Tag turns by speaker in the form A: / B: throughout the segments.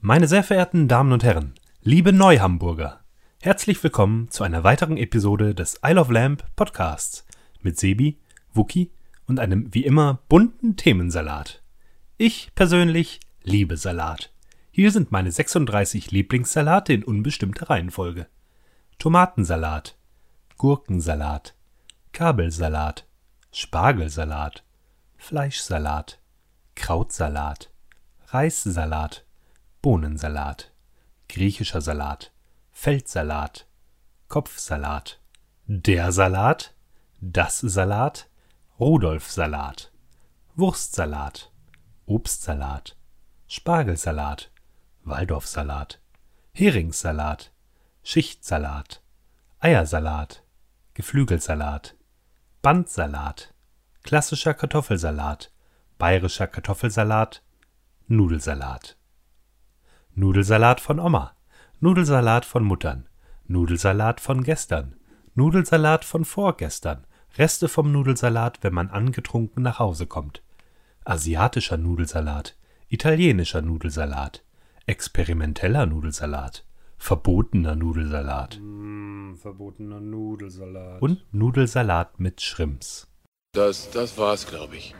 A: Meine sehr verehrten Damen und Herren, liebe Neuhamburger, herzlich willkommen zu einer weiteren Episode des Isle of Lamp Podcasts mit Sebi, Wookie und einem wie immer bunten Themensalat. Ich persönlich liebe Salat. Hier sind meine 36 Lieblingssalate in unbestimmter Reihenfolge. Tomatensalat, Gurkensalat, Kabelsalat, Spargelsalat, Fleischsalat, Krautsalat, Reissalat, Bohnensalat, griechischer Salat, Feldsalat, Kopfsalat, der Salat, das Salat, Rudolfsalat, Wurstsalat, Obstsalat, Spargelsalat, Waldorfsalat, Heringssalat, Schichtsalat, Eiersalat, Geflügelsalat, Bandsalat, klassischer Kartoffelsalat, bayerischer Kartoffelsalat, Nudelsalat. Nudelsalat von Oma, Nudelsalat von Muttern, Nudelsalat von gestern, Nudelsalat von vorgestern, Reste vom Nudelsalat, wenn man angetrunken nach Hause kommt, asiatischer Nudelsalat, italienischer Nudelsalat, experimenteller Nudelsalat, verbotener Nudelsalat
B: Mm, verbotener Nudelsalat.
A: und Nudelsalat mit Schrimps.
C: Das, das war's, glaube ich.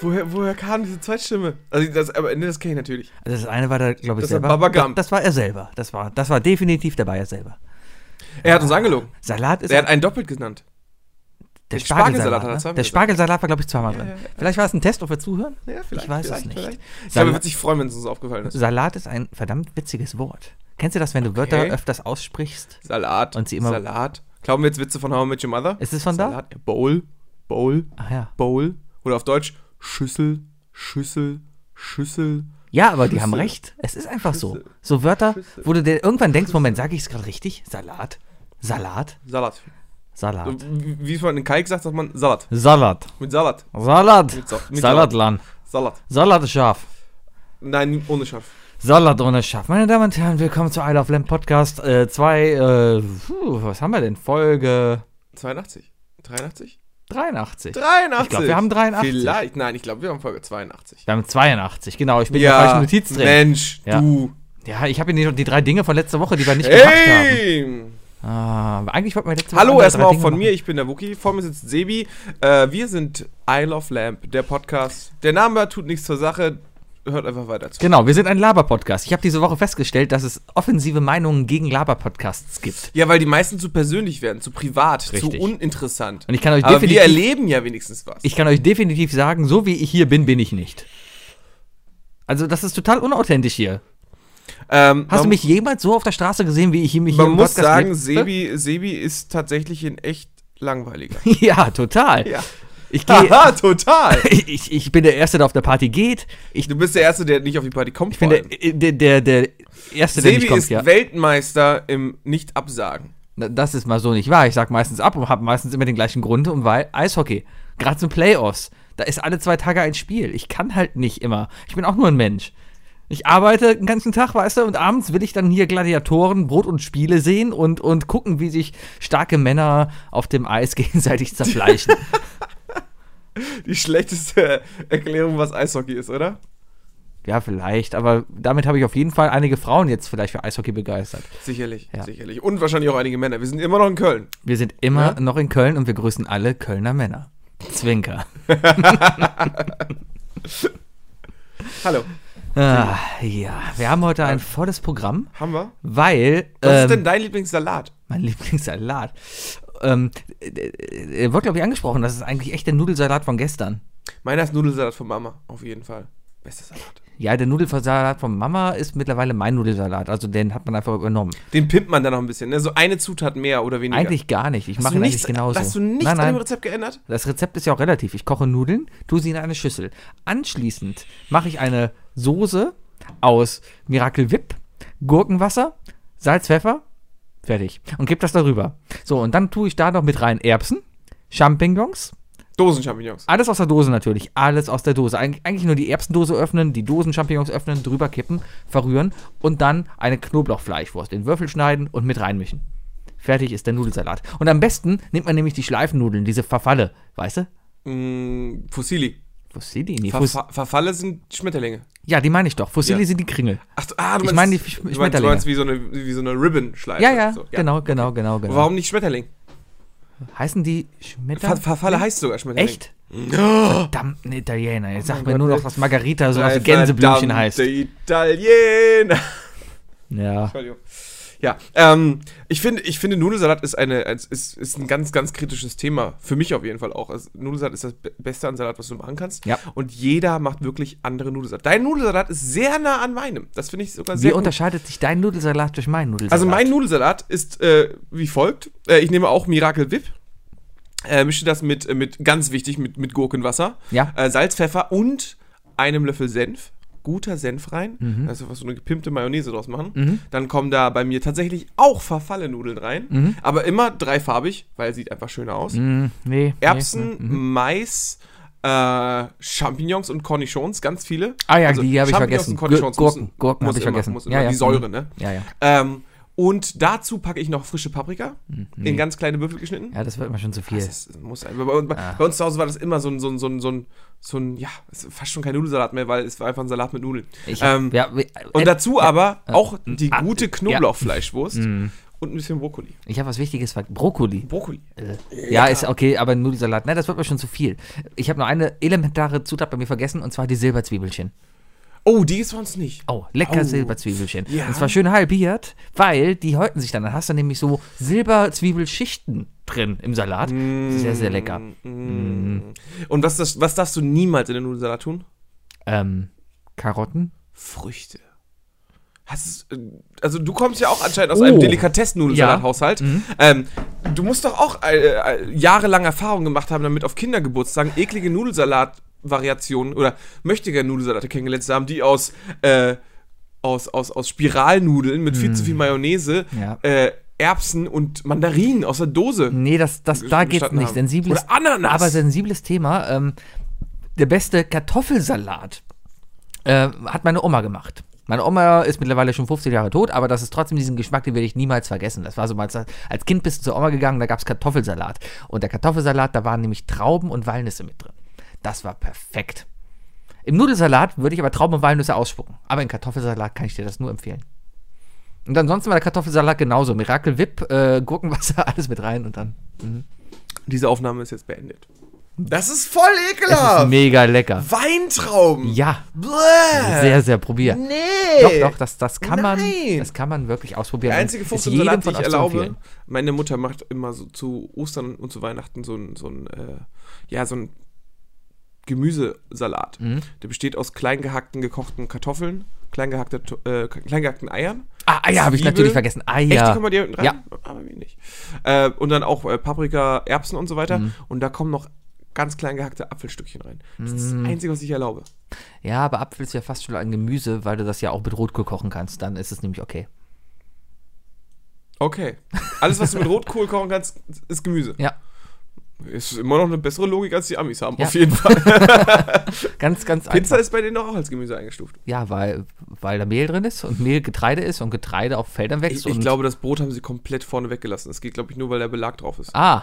D: Woher, woher kam diese Zweitstimme? Also das, aber nee, das kenne ich natürlich.
E: Also das eine war da, glaube ich,
D: Das war
E: selber.
D: Baba Gump.
E: das, das war er selber. Das war, das war definitiv, da war er selber.
D: Er hat uns angelogen.
E: Salat ist
D: Er hat einen doppelt genannt.
E: der
D: den Spargelsalat hat
E: Spargelsalat.
D: er zweimal
E: ne? Der
D: gesagt.
E: Spargelsalat war, glaube ich, zweimal
D: Ja,
E: drin.
D: ja, ja.
E: Vielleicht war es ein Test, ob wir zuhören.
D: Ja, vielleicht.
E: Ich weiß es
D: vielleicht,
E: nicht.
D: Vielleicht. Ich
E: Salat-
D: glaube, er wird sich freuen, wenn es uns aufgefallen ist.
E: Salat ist ein verdammt witziges Wort. Kennst du das, wenn du Wörter
D: Okay.
E: öfters aussprichst?
D: Salat.
E: Und sie immer-
D: Salat. Glauben wir jetzt Witze von How I Met Your Mother?
E: Ist es von da?
D: Salat. Bowl. Bowl.
E: Ach ja.
D: Bowl. Oder auf Deutsch Schüssel. Schüssel. Schüssel.
E: Ja, aber die haben
D: Schüssel.
E: recht. Es ist einfach so.
D: Schüssel.
E: So Wörter, wo du dir irgendwann denkst, Moment, sage ich es gerade richtig? Salat. Salat.
D: Salat.
E: Salat.
D: So, Wie wie es man in Kalk sagt, sagt man Salat.
E: Salat.
D: Mit Salat.
E: Salat.
D: Mit Sa- mit
E: Salatlan.
D: Salat.
E: Salat ist scharf.
D: Nein, ohne Schaf.
E: Salat ohne Schaf. Meine Damen und Herren, willkommen zu Isle of Lamp Podcast 2. Äh, zwei, äh, puh, was haben wir denn? Folge
D: 82. 83?
E: 83.
D: 83.
E: Ich glaub, wir haben 83.
D: Vielleicht. Nein, ich glaube, wir haben Folge 82.
E: Wir haben 82, genau. Ich bin ja. der falschen Notiz drin.
D: Mensch,
E: Ja.
D: du.
E: Ja, ich habe hier die, die drei Dinge von letzter Woche, die wir nicht gemacht
D: Hey!
E: haben. Ah, eigentlich wollten wir letzte Woche.
D: Hallo
E: andere
D: erstmal
E: drei
D: auch
E: Dinge
D: von mir,
E: machen.
D: ich bin der Wookie, vor mir sitzt Sebi. Äh, wir sind I Love Lamp, der Podcast. Der Name tut nichts zur Sache, hört einfach weiter zu.
E: Genau, wir sind ein Laber-Podcast. Ich habe diese Woche festgestellt, dass es offensive Meinungen gegen Laber-Podcasts gibt.
D: Ja, weil die meisten zu persönlich werden, zu privat, zu
E: Richtig.
D: uninteressant.
E: Und ich kann euch
D: Aber wir
E: definitiv,
D: erleben ja wenigstens was.
E: ich kann euch definitiv sagen, so wie ich hier bin, bin ich nicht. Also, das ist total unauthentisch hier.
D: Ähm,
E: Hast
D: man,
E: du mich jemals so auf der Straße gesehen, wie ich mich hier
D: Man muss sagen,
E: lebe?
D: Sebi, Sebi ist tatsächlich ein echt langweiliger.
E: Ja, total.
D: Ja.
E: Ich, geh,
D: Haha, total.
E: ich, ich bin der Erste, der auf der Party geht. Ich,
D: Du bist der Erste, der nicht auf die Party kommt.
E: ich bin der, der, der, der Erste, der
D: Sebi
E: nicht kommt.
D: ist
E: ja.
D: Weltmeister im Nicht-Absagen.
E: Na, Das ist mal so nicht wahr. Ich sag meistens ab und habe meistens immer den gleichen Grund. Und weil Eishockey, gerade zum Playoffs, da ist alle zwei Tage ein Spiel. Ich kann halt nicht immer. Ich bin auch nur ein Mensch. Ich arbeite den ganzen Tag, weißt du, und abends will ich dann hier Gladiatoren, Brot und Spiele sehen und, und gucken, wie sich starke Männer auf dem Eis gegenseitig zerfleischen.
D: Die schlechteste Erklärung, was Eishockey ist, oder?
E: Ja, vielleicht, aber damit habe ich auf jeden Fall einige Frauen jetzt vielleicht für Eishockey begeistert.
D: Sicherlich,
E: Ja.
D: sicherlich. Und wahrscheinlich auch einige Männer. Wir sind immer noch in Köln.
E: Wir sind immer
D: Ja?
E: noch in Köln und wir grüßen alle Kölner Männer. Zwinker.
D: Hallo,
E: Ah, ja, wir haben heute ein volles Programm,
D: haben wir?
E: weil
D: Was ist
E: ähm,
D: denn dein Lieblingssalat?
E: mein Lieblingssalat. Ähm, äh, äh, wurde, glaube ich, angesprochen, das ist eigentlich echt der Nudelsalat von gestern.
D: Meiner ist Nudelsalat von Mama, auf jeden Fall. Bester Salat.
E: Ja, der Nudelsalat von Mama ist mittlerweile mein Nudelsalat, also den hat man einfach übernommen.
D: Den pimpt man dann noch ein bisschen, ne? So eine Zutat mehr oder weniger.
E: Eigentlich gar nicht, ich mache ihn eigentlich genauso.
D: Hast du nichts
E: nein,
D: an dem
E: nein,
D: Rezept geändert?
E: Das Rezept ist ja auch relativ. Ich koche Nudeln, tue sie in eine Schüssel. Anschließend mache ich eine Soße aus Miracle Whip, Gurkenwasser, Salz, Pfeffer, fertig. Und gebe das darüber. So, und dann tue ich da noch mit rein Erbsen, Champignons,
D: Dosen-Champignons.
E: alles aus der Dose natürlich, alles aus der Dose. Eig eigentlich nur die Erbsendose öffnen, die Dosen-Champignons öffnen, drüber kippen, verrühren und dann eine Knoblauchfleischwurst in Würfel schneiden und mit reinmischen. Fertig ist der Nudelsalat. Und am besten nimmt man nämlich die Schleifennudeln, diese Verfalle, weißt du?
D: Mm, Fossili.
E: Fossili? Nee, Fus
D: Verfa Verfalle sind Schmetterlinge.
E: ja, die meine ich doch. Fossili
D: Ja.
E: sind die Kringel.
D: Ach, so, ah, du
E: Ich
D: meinst,
E: meine die Sch-
D: du meinst-
E: Schmetterlinge.
D: Du meinst wie so eine, wie so eine Ribbon-Schleife.
E: Ja, ja,
D: Also so,
E: genau, genau, genau, genau.
D: Warum nicht Schmetterling?
E: Heißen die
D: Ver
E: Schmetter?
D: Verfalle heißt sogar Schmetterling.
E: Echt? Verdammt, ein Italiener. Jetzt sag mir nur noch, dass Margarita so was wie
D: Ein
E: Gänseblümchen
D: verdammter
E: heißt.
D: Italiener.
E: Ja.
D: Entschuldigung. Ja, ähm, ich finde, ich finde Nudelsalat ist eine, ist, ist ein ganz, ganz kritisches Thema. Für mich auf jeden Fall auch. Also, Nudelsalat ist das Be- Beste an Salat, was du machen kannst.
E: Ja.
D: Und jeder macht wirklich andere Nudelsalat. Dein Nudelsalat ist sehr nah an meinem. Das finde ich sogar
E: Wie
D: sehr gut.
E: unterscheidet sich dein Nudelsalat durch meinen Nudelsalat?
D: Also mein Nudelsalat ist äh, wie folgt. Äh, ich nehme auch Miracle Whip. Äh, mische das mit, mit, ganz wichtig, mit, mit Gurkenwasser.
E: Ja.
D: Äh, Salz, Pfeffer und einem Löffel Senf. Guter Senf rein.
E: Mhm.
D: Also was so eine gepimpte Mayonnaise draus machen. Dann kommen da bei mir tatsächlich auch verfalle Nudeln rein.
E: Mhm.
D: Aber immer dreifarbig, weil sieht einfach schöner aus.
E: Mm, nee, Nee,
D: Erbsen,
E: nee.
D: Mais, äh, Champignons und Cornichons, ganz viele. Also
E: Ah ja, die habe ich
D: Champignons
E: vergessen.
D: und Cornichons
E: Gür- Gurken,
D: müssen-
E: Gurken
D: muss
E: habe ich
D: immer,
E: vergessen.
D: Muss
E: Ja,
D: immer,
E: ja.
D: Die Säure, ne?
E: Ja, ja.
D: Ähm, und dazu packe ich noch frische Paprika in ganz kleine Würfel geschnitten.
E: Mhm. Ja, Ah. das wird mir schon zu viel.
D: Das ist, muss ein, bei, uns- bei uns zu Hause war das immer so ein, so ein, so ein, so ein, so ein ja, es ist fast schon kein Nudelsalat mehr, weil es war einfach ein Salat mit Nudeln.
E: Ich hab-
D: ähm,
E: ja, we-
D: und
E: äh,
D: dazu aber auch die
E: ah,
D: gute
E: ja.
D: Knoblauchfleischwurst und ein bisschen Brokkoli.
E: ich habe was Wichtiges ver Brokkoli.
D: Brokkoli.
E: Ja, ist okay, aber ein Nudelsalat. Nein, das wird mir schon zu viel. Ich habe nur eine elementare Zutat bei mir vergessen und zwar die Silberzwiebelchen.
D: Oh, die ist sonst nicht.
E: Oh, lecker
D: Au.
E: Silberzwiebelchen.
D: Ja.
E: Und zwar schön halbiert, weil die häuten sich dann. Dann hast du nämlich so Silberzwiebelschichten drin im Salat. Sehr, sehr lecker.
D: Mm. Und was, das, was darfst du niemals in den Nudelsalat tun?
E: Ähm, Karotten?
D: Früchte. Hast, äh, also du kommst ja auch anscheinend aus
E: Oh.
D: einem Delikatessen-Nudelsalat-Haushalt.
E: Mhm.
D: Ähm, du musst doch auch äh, äh, jahrelang Erfahrung gemacht haben, damit auf Kindergeburtstagen eklige Nudelsalat-Variationen oder möchtiger Nudelsalate kennengelernt zu haben, die aus, äh, aus, aus, aus Spiralnudeln mit viel zu viel Mayonnaise,
E: Mhm. Ja. Mhm.
D: äh, Erbsen und Mandarinen aus der Dose.
E: Nee, das, das, da geht's
D: bestanden
E: nicht.
D: haben.
E: Sensibles,
D: Oder Ananas.
E: Aber sensibles Thema. Ähm, der beste Kartoffelsalat äh, hat meine Oma gemacht. Meine Oma ist mittlerweile schon 15 Jahre tot, aber das ist trotzdem diesen Geschmack, den werde ich niemals vergessen. Das war so mal, als Kind bist du zur Oma gegangen, da gab es Kartoffelsalat. Und der Kartoffelsalat, da waren nämlich Trauben und Walnüsse mit drin. Das war perfekt. Im Nudelsalat würde ich aber Trauben und Walnüsse ausspucken. Aber im Kartoffelsalat kann ich dir das nur empfehlen. Und ansonsten war der Kartoffelsalat genauso. Miracle Whip, äh, Gurkenwasser, alles mit rein und dann.
D: Diese Aufnahme ist jetzt beendet. Das ist voll
E: Das ist
D: ekelhaft!
E: mega lecker.
D: Weintrauben!
E: Ja,
D: Bläh.
E: sehr, sehr probier.
D: Nee!
E: Doch, doch, das, das, kann man,
D: Nein.
E: das kann man wirklich ausprobieren.
D: Der einzige
E: Also, Ist
D: Frucht im
E: jedem
D: Salat,
E: von
D: den ich
E: euch zu
D: erlaube,
E: empfehlen.
D: meine Mutter macht immer so zu Ostern und zu Weihnachten so ein, so ein, äh, ja, so ein Gemüsesalat.
E: Mhm.
D: Der besteht aus klein gehackten, gekochten Kartoffeln, klein, gehackte, To- äh, klein gehackten Eiern.
E: Ah, Eier habe ich
D: Zwiebel.
E: natürlich vergessen. Eier.
D: Echt, die kommen bei dir hinten rein?
E: Ja.
D: Aber mir nicht. Äh, und dann auch äh, Paprika, Erbsen und so weiter.
E: Mhm.
D: Und da kommen noch ganz klein gehackte Apfelstückchen rein. Das ist
E: Mhm.
D: das Einzige, was ich erlaube.
E: ja, aber Apfel ist ja fast schon ein Gemüse, weil du das ja auch mit Rotkohl kochen kannst. Dann ist es nämlich okay.
D: Okay. Alles, was du mit Rotkohl kochen kannst, ist Gemüse.
E: Ja,
D: Ist immer noch eine bessere Logik, als die Amis haben,
E: Ja.
D: auf jeden Fall.
E: ganz, ganz
D: Pizza
E: einfach.
D: ist bei denen doch auch als Gemüse eingestuft.
E: Ja, weil, weil da Mehl drin ist und Mehl Getreide ist und Getreide auf Feldern
D: Ich,
E: wächst.
D: ich
E: und,
D: glaube, das Brot haben sie komplett vorne weggelassen. Das geht, glaube ich, nur, weil der Belag drauf ist.
E: Ah,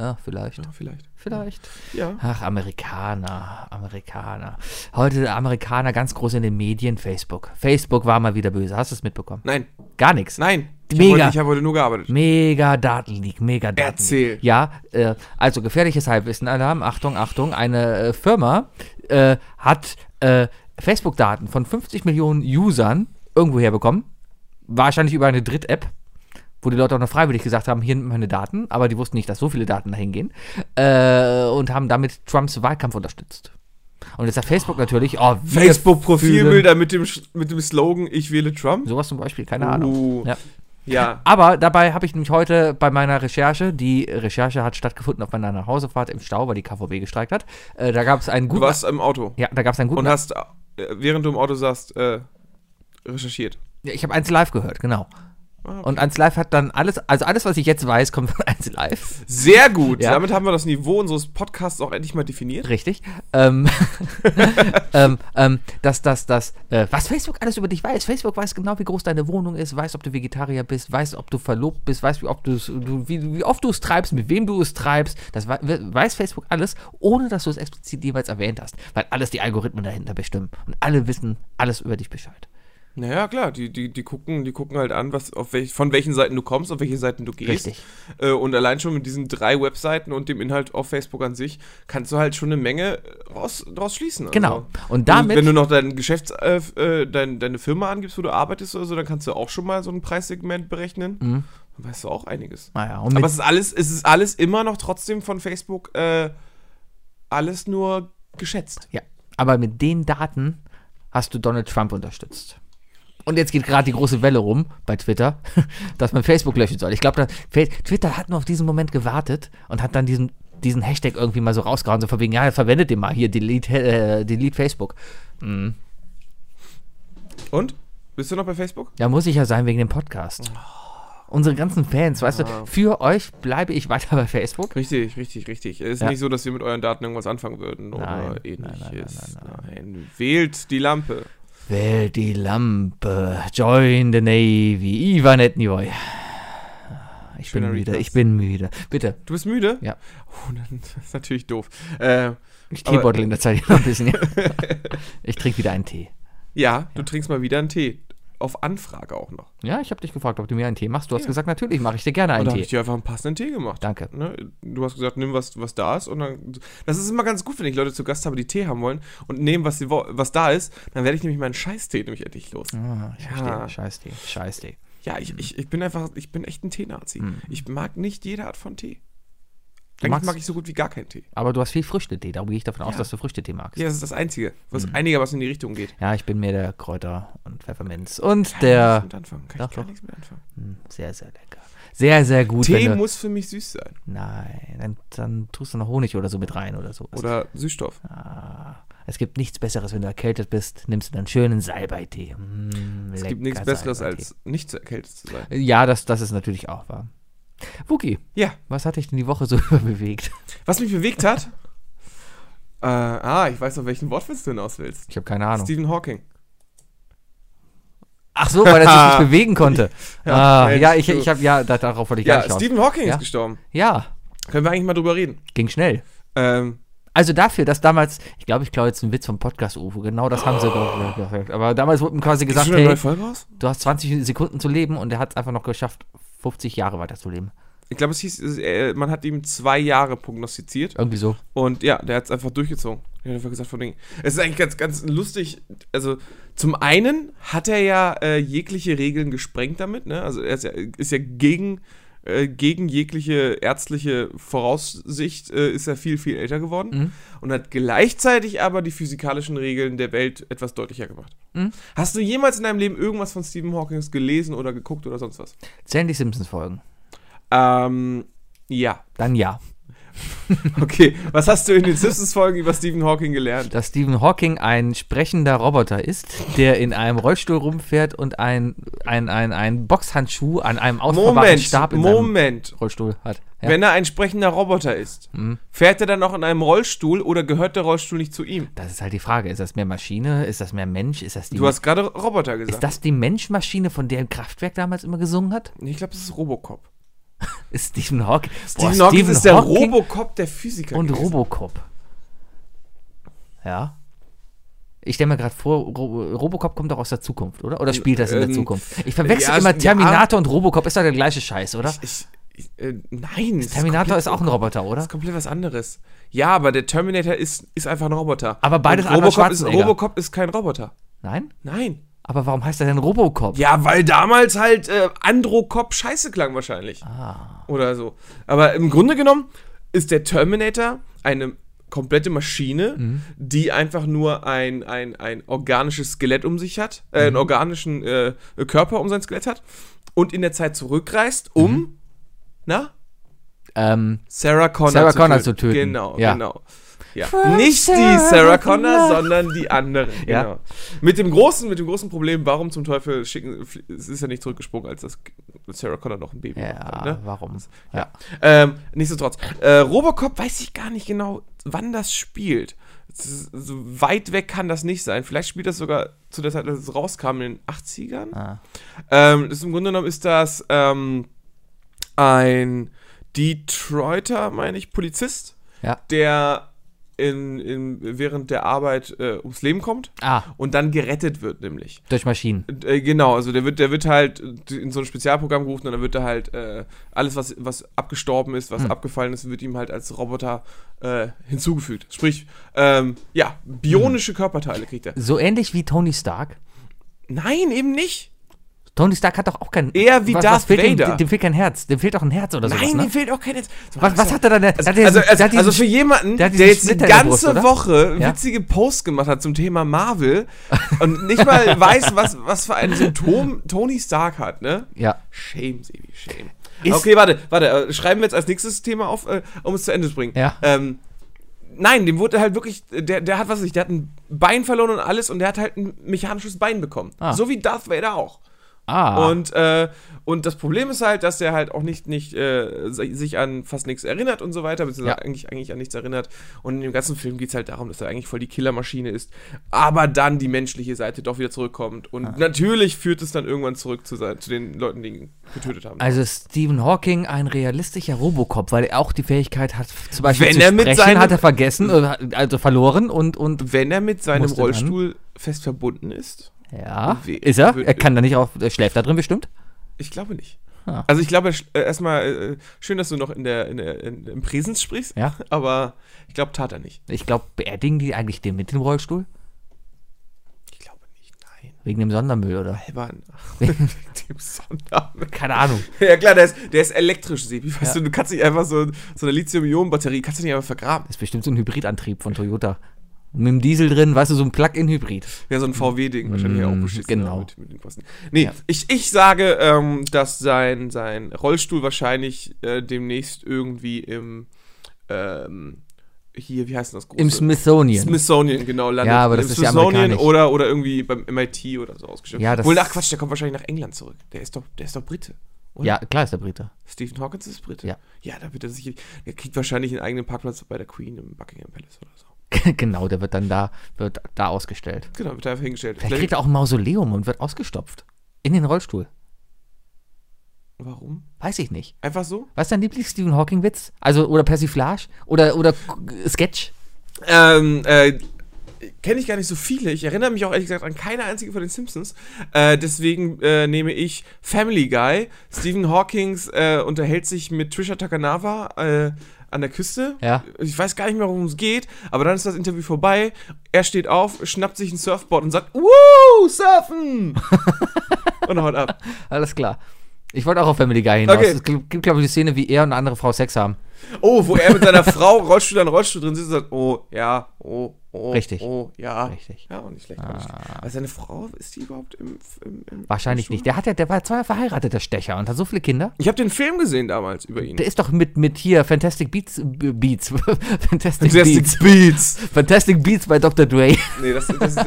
E: ja, vielleicht.
D: Ja, vielleicht.
E: Vielleicht.
D: Ja.
E: Ach, Amerikaner, Amerikaner. Heute Amerikaner ganz groß in den Medien, Facebook. Facebook war mal wieder böse. Hast du es mitbekommen?
D: Nein,
E: Gar nichts.
D: nein. Ich
E: Mega.
D: habe heute, ich hab heute nur gearbeitet.
E: Mega Datenleak, mega Datenleak.
D: Erzähl.
E: Ja, äh, also gefährliches Halbwissen-Alarm. Achtung, Achtung. Eine äh, Firma äh, hat äh, Facebook-Daten von 50 Millionen Usern irgendwo herbekommen. Wahrscheinlich über eine Dritt-App, wo die Leute auch noch freiwillig gesagt haben: Hier sind meine Daten. Aber die wussten nicht, dass so viele Daten dahin gehen. Äh, und haben damit Trumps Wahlkampf unterstützt. Und jetzt hat Facebook natürlich: Oh, wir fühlen-
D: Facebook-Profilbilder mit dem, Sch- mit dem Slogan, ich wähle Trump.
E: Sowas zum Beispiel, keine Ahnung.
D: Uh.
E: Ja.
D: Ja.
E: Aber dabei habe ich nämlich heute bei meiner Recherche, die Recherche hat stattgefunden auf meiner Nachhausefahrt im Stau, weil die KVB gestreikt hat. Äh, da gab es einen
D: Du
E: guten.
D: warst im Auto
E: Ja, da gab es einen guten.
D: und hast, äh, während du im Auto saßt, äh, recherchiert.
E: Ja, ich habe eins live gehört, genau.
D: Ah,
E: Und 1 Live hat dann alles, also alles, was ich jetzt weiß, kommt von 1 Live.
D: Sehr gut.
E: Ja.
D: Damit haben wir das Niveau unseres Podcasts auch endlich mal definiert.
E: Richtig. Ähm, ähm, ähm, dass das, das, äh, was Facebook alles über dich weiß. Facebook weiß genau, wie groß deine Wohnung ist, weiß, ob du Vegetarier bist, weiß, ob du verlobt bist, weiß, wie, ob du's, du, wie, wie oft du es treibst, mit wem du es treibst. Das wei- weiß Facebook alles, ohne dass du es explizit jeweils erwähnt hast, weil alles die Algorithmen dahinter bestimmen. Und alle wissen alles über dich Bescheid.
D: Naja, klar, die, die, die, gucken, die gucken halt an, was, auf welch, von welchen Seiten du kommst, auf welche Seiten du gehst.
E: Richtig.
D: Äh, und allein schon mit diesen drei Webseiten und dem Inhalt auf Facebook an sich kannst du halt schon eine Menge raus, draus schließen. Also,
E: Genau. Und damit-
D: Wenn du noch dein Geschäfts-, äh, f- äh, dein, deine Firma angibst, wo du arbeitest oder so, dann kannst du auch schon mal so ein Preissegment berechnen. Dann weißt du auch einiges.
E: Naja, und
D: Aber
E: Mhm. mit,
D: es ist alles, es ist alles immer noch trotzdem von Facebook äh, alles nur geschätzt.
E: ja, aber mit den Daten hast du Donald Trump unterstützt. Und jetzt geht gerade die große Welle rum bei Twitter, dass man Facebook löschen soll. Ich glaube, Twitter hat nur auf diesen Moment gewartet und hat dann diesen, diesen Hashtag irgendwie mal so rausgehauen, so von wegen, ja, verwendet den mal hier, delete, äh, delete Facebook. Hm,
D: Und? Bist du noch bei Facebook?
E: Ja, muss ich ja sein wegen dem Podcast. Unsere ganzen Fans, weißt du, für euch bleibe ich weiter bei Facebook.
D: Richtig, richtig, richtig. Es ist
E: Ja.
D: nicht so, dass wir mit euren Daten irgendwas anfangen würden
E: Nein,
D: oder
E: nein, nein,
D: ähnliches. Nein, Wählt die Lampe.
E: Wählt die Lampe, join the Navy, Ivan Etnivoy. Ich bin
D: Schöner
E: müde,
D: Recast.
E: ich bin müde. Bitte,
D: Du bist müde?
E: Ja.
D: Oh, dann- das ist natürlich doof. Äh,
E: ich
D: Aber-
E: Teebeutel in der Zeit noch ein bisschen. Ja. Ich trinke wieder einen Tee.
D: ja, du trinkst mal wieder einen Tee. Auf Anfrage auch noch.
E: Ja, ich habe dich gefragt, ob du mir einen Tee machst. Du hast gesagt, natürlich mache ich dir gerne
D: Und
E: einen
D: da habe
E: Tee.
D: ich dir einfach einen passenden Tee gemacht.
E: Danke.
D: Ne? Du hast gesagt, nimm was, was da ist und dann. Das ist immer ganz gut, wenn ich Leute zu Gast habe, die Tee haben wollen und nehmen, was, sie, wo- was da ist, dann werde ich nämlich meinen Scheißtee nämlich endlich los.
E: Ah, ich
D: Ja.
E: verstehe. Scheiß Tee, scheiß Tee.
D: Ja, ich, ich, ich bin einfach, ich bin echt ein Teenazi. Ich mag nicht jede Art von Tee. Eigentlich
E: Du Hm. magst-
D: mag ich so gut wie gar keinen Tee.
E: Aber du hast viel Früchtetee, darum gehe ich davon aus, dass du Früchtetee magst.
D: Ja, das ist das Einzige, was
E: Hm.
D: einiger was in die Richtung geht.
E: Ja, ich bin mir der Kräuter und Pfefferminz und der
D: Kann ich nichts mit anfangen. Kann
E: Doch,
D: ich gar
E: doch.
D: nichts mit anfangen.
E: Hm, sehr, sehr lecker. Sehr, sehr gut.
D: Tee
E: wenn du,
D: muss für mich süß sein.
E: nein, dann, dann tust du noch Honig oder so mit rein oder so. Also
D: Oder Süßstoff.
E: Ah, es gibt nichts Besseres, wenn du erkältet bist, nimmst du einen schönen Salbeitee. Mm,
D: es gibt nichts Besseres, als nicht zu erkältet zu sein.
E: Ja, das, das ist natürlich auch wahr. Wookie,
D: Ja,
E: was hat dich denn die Woche so überbewegt?
D: was mich bewegt hat. äh, ah, ich weiß noch, welchen Wortwitz du hinaus willst.
E: Ich habe keine Ahnung.
D: Stephen Hawking.
E: Ach so, weil er sich nicht bewegen konnte. Ja, ah,
D: Mensch,
E: ja ich,
D: du.
E: ich habe ja, da- darauf wollte ich
D: Ja,
E: gar nicht
D: Stephen Hawking
E: Ja.
D: ist gestorben.
E: raus. Ja,
D: Können wir eigentlich mal drüber reden?
E: ging schnell.
D: Ähm,
E: Also dafür, dass damals, ich glaube, ich glaube jetzt einen Witz vom Podcast UFO, genau das haben sie doch gesagt. Aber damals wurde ihm quasi
D: ist
E: gesagt,
D: Oh. schon eine
E: hey,
D: neue Folge raus?
E: du hast 20 Sekunden zu leben und er hat es einfach noch geschafft, 50 Jahre weiter zu leben.
D: Ich glaube, es hieß, es- äh, man hat ihm zwei Jahre prognostiziert.
E: Irgendwie so.
D: Und ja, der hat es einfach durchgezogen. Der hat einfach gesagt, von Dingen. Es ist eigentlich ganz, ganz lustig. Also, zum einen hat er ja äh, jegliche Regeln gesprengt damit. Ne? Also, er ist ja, ist ja gegen, äh, gegen jegliche ärztliche Voraussicht, äh, ist er viel, viel älter geworden. Und hat gleichzeitig aber die physikalischen Regeln der Welt etwas deutlicher gemacht. Hast du jemals in deinem Leben irgendwas von Stephen Hawking gelesen oder geguckt oder sonst was?
E: Zählen die Simpsons-Folgen.
D: Ähm, ja.
E: Dann ja.
D: Okay. Was hast du in den Simpsons-Folgen über Stephen Hawking gelernt?
E: Dass Stephen Hawking ein sprechender Roboter ist, der in einem Rollstuhl rumfährt und ein, ein, ein, ein Boxhandschuh an einem ausfahrbaren
D: Moment,
E: Stab in seinem
D: Moment.
E: Rollstuhl hat. Ja. Mhm.
D: Wenn er ein sprechender Roboter ist, fährt er dann noch in einem Rollstuhl oder gehört der Rollstuhl nicht zu ihm?
E: das ist halt die Frage. Ist das mehr Maschine? Ist das mehr Mensch? Ist das die
D: Du hast gerade Roboter
E: Mhm. Ist
D: gesagt.
E: das die Menschmaschine, von der Kraftwerk damals immer gesungen hat?
D: Nee, ich glaube, das ist Robocop.
E: Ist Stephen Hawking. Boah,
D: Stephen Hawking ist der
E: Hawking
D: Robocop der Physiker.
E: Und
D: gewesen.
E: Robocop. Ja. Ich stelle mir gerade vor, Ro Robocop kommt doch aus der Zukunft, oder? Oder spielt das in der
D: Ähm,
E: Zukunft? Ich verwechsel
D: ja, also,
E: immer
D: ja.
E: Terminator und Robocop. Ist doch der gleiche Scheiß, oder?
D: Ich, ich, äh, nein. das
E: Terminator ist
D: komplett-
E: auch ein Roboter,
D: Das
E: oder?
D: ist komplett was anderes. Ja, aber der Terminator ist, ist einfach ein Roboter.
E: Aber beides
D: Und
E: Arnold
D: Robocop ist,
E: Schwarzenegger.
D: Robocop ist kein Roboter.
E: Nein?
D: Nein.
E: Aber warum heißt er denn Robocop?
D: Ja, weil damals halt äh, Androcop scheiße klang wahrscheinlich. Oder so. Aber im Grunde genommen ist der Terminator eine komplette Maschine, die einfach nur ein, ein, ein organisches Skelett um sich hat, äh, einen organischen äh, Körper um sein Skelett hat und in der Zeit zurückreist, um, na,
E: Ähm,
D: Sarah Connor,
E: Sarah Connor zu töten.
D: Genau,
E: Ja.
D: genau. Ja. Nicht die Sarah Connor, sondern die andere.
E: Ja.
D: Genau. Mit dem großen, mit dem großen Problem, warum zum Teufel schicken, fl- es ist ja nicht zurückgesprungen, als das Sarah Connor noch ein Baby
E: Ja,
D: hatte, ne?
E: warum? Ja.
D: Ähm, nichtsdestotrotz. Äh, Robocop weiß ich gar nicht genau, wann das spielt. Es ist- So weit weg kann das nicht sein. Vielleicht spielt das sogar zu der Zeit, als es rauskam, in den 80ern.
E: Ah.
D: Ähm, das ist Im Grunde genommen ist das ähm, ein Detroiter, meine ich, Polizist,
E: Ja.
D: der in, in, während der Arbeit äh, ums Leben kommt
E: Ah,
D: und dann gerettet wird, nämlich.
E: durch Maschinen.
D: Und, äh, Genau, also der wird, der wird halt in so ein Spezialprogramm gerufen und dann wird er halt äh, alles, was, was abgestorben ist, was
E: Hm.
D: abgefallen ist, wird ihm halt als Roboter äh, hinzugefügt. Sprich, ähm, ja, bionische
E: Hm.
D: Körperteile kriegt er.
E: So ähnlich wie Tony Stark.
D: Nein, eben nicht.
E: Tony Stark hat doch auch kein.
D: Eher wie Darth
E: fehlt ihm-
D: Vader.
E: Dem, fehlt kein Herz. Dem fehlt auch ein Herz oder sowas.
D: Nein,
E: ne?
D: ihm fehlt auch kein Jetzt.
E: was, was hat er dann? der-
D: Also,
E: hat er
D: also,
E: diesen-
D: also,
E: der hat
D: also für
E: diesen-
D: jemanden,
E: der
D: der,
E: hat diesen
D: jetzt die
E: Splitter in der
D: ganze
E: Brust, oder?
D: Woche
E: Ja.
D: witzige Posts gemacht hat zum Thema Marvel und nicht mal weiß, was, was für ein Symptom Tony Stark hat, ne?
E: Ja.
D: Shame, Sebi, shame.
E: Ist-
D: okay, warte, warte. äh, Schreiben wir jetzt als nächstes Thema auf, äh, um es zu Ende zu bringen.
E: Ja.
D: Ähm, nein, dem wurde halt wirklich, äh, der, der hat was weiß ich, der hat ein Bein verloren und alles und der hat halt ein mechanisches Bein bekommen.
E: Ah.
D: So wie Darth Vader auch.
E: Ah.
D: Und, äh, und das Problem ist halt, dass der halt auch nicht, nicht äh, si- sich an fast nichts erinnert und so weiter, beziehungsweise
E: Ja.
D: eigentlich, eigentlich an nichts erinnert. Und in dem ganzen Film geht es halt darum, dass er eigentlich voll die Killermaschine ist, aber dann die menschliche Seite doch wieder zurückkommt. Und natürlich führt es dann irgendwann zurück zu, sein, zu den Leuten, die ihn getötet haben.
E: also Stephen Hawking, ein realistischer Robocop, weil er auch die Fähigkeit hat, zum Beispiel
D: Wenn
E: zu
D: er mit
E: sprechen,
D: seinem-
E: hat er vergessen, äh, also verloren und, und
D: Wenn er mit seinem
E: Musste dann.
D: Rollstuhl fest verbunden ist,
E: ja,
D: Wie-
E: ist er?
D: wird-
E: Er kann da nicht auf, er schläft da drin bestimmt.
D: ich glaube nicht.
E: Ah.
D: Also ich glaube sch- äh, erstmal, äh, schön, dass du noch in der, in der in, im Präsens sprichst,
E: Ja.
D: aber ich glaube, tat er nicht.
E: Ich glaube, beerdigen die eigentlich den mit dem Rollstuhl?
D: Ich glaube nicht, nein.
E: Wegen dem Sondermüll, oder?
D: Alban. Dem Sondermüll.
E: Keine Ahnung.
D: Ja klar, der ist, der ist elektrisch, Sebi. Weißt du, du kannst nicht einfach so, so eine Lithium-Ionen-Batterie, kannst du nicht einfach vergraben.
E: Das ist bestimmt so ein Hybridantrieb von Toyota. Mit dem Diesel drin, weißt du, so ein Plug-in-Hybrid.
D: Ja, so ein VW-Ding wahrscheinlich
E: Mm,
D: auch beschissen. ne,
E: genau.
D: Mit, mit den Kosten. Nee, ich, ich sage, ähm, dass sein, sein Rollstuhl wahrscheinlich äh, demnächst irgendwie im, ähm, hier, wie heißt denn das große?
E: Im Smithsonian.
D: Smithsonian, genau, landet.
E: Ja, aber das
D: Im
E: ist ja
D: Smithsonian
E: amerikanisch.
D: oder, oder irgendwie beim MIT oder so ausgeschrieben.
E: Ja, das-
D: Wohl, ach Quatsch, der kommt wahrscheinlich nach England zurück. Der ist doch, der ist doch Brite. oder?
E: ja, klar ist der Brite.
D: Stephen Hawkins ist Brite.
E: Ja.
D: Ja, da wird er sicher. Er kriegt wahrscheinlich einen eigenen Parkplatz bei der Queen im Buckingham Palace oder so.
E: genau, der wird dann da, wird da ausgestellt.
D: Genau, wird da einfach hingestellt.
E: Vielleicht kriegt er auch ein Mausoleum und wird ausgestopft. In den Rollstuhl.
D: Warum?
E: Weiß ich nicht.
D: Einfach so?
E: Was ist dein Lieblings-Stephen Hawking-Witz? Also, oder Persiflage? Oder, oder K- Sketch?
D: Ähm, äh, kenne ich gar nicht so viele. Ich erinnere mich auch ehrlich gesagt an keine einzige von den Simpsons. Äh, deswegen äh, nehme ich Family Guy. Stephen Hawkins äh, unterhält sich mit Trisha Takanawa äh, an der Küste.
E: Ja.
D: Ich weiß gar nicht mehr, worum es geht, aber dann ist das Interview vorbei. Er steht auf, schnappt sich ein Surfboard und sagt, Woo, surfen! und haut ab.
E: Alles klar. Ich wollte auch auf Family Guy hinaus.
D: Okay.
E: Es gibt, gibt, glaube ich, die Szene, wie er und eine andere Frau Sex haben.
D: Oh, wo er mit seiner Frau Rollstuhl an Rollstuhl drin sitzt und sagt, oh, ja, oh, oh,
E: Richtig.
D: oh, ja.
E: Richtig. Ah.
D: Ja, auch nicht schlecht. auch nicht schlecht. Aber seine Frau, ist die überhaupt im... im, im
E: Wahrscheinlich nicht. Der, hat ja, der war zweimal verheiratet, der Stecher, und hat so viele Kinder.
D: Ich habe den Film gesehen damals über ihn.
E: Der ist doch mit, mit hier Fantastic Beats. Be- Beats. Fantastic, Beats.
D: Beats.
E: Fantastic Beats bei Dr. Dre.
D: Nee, das, das ist...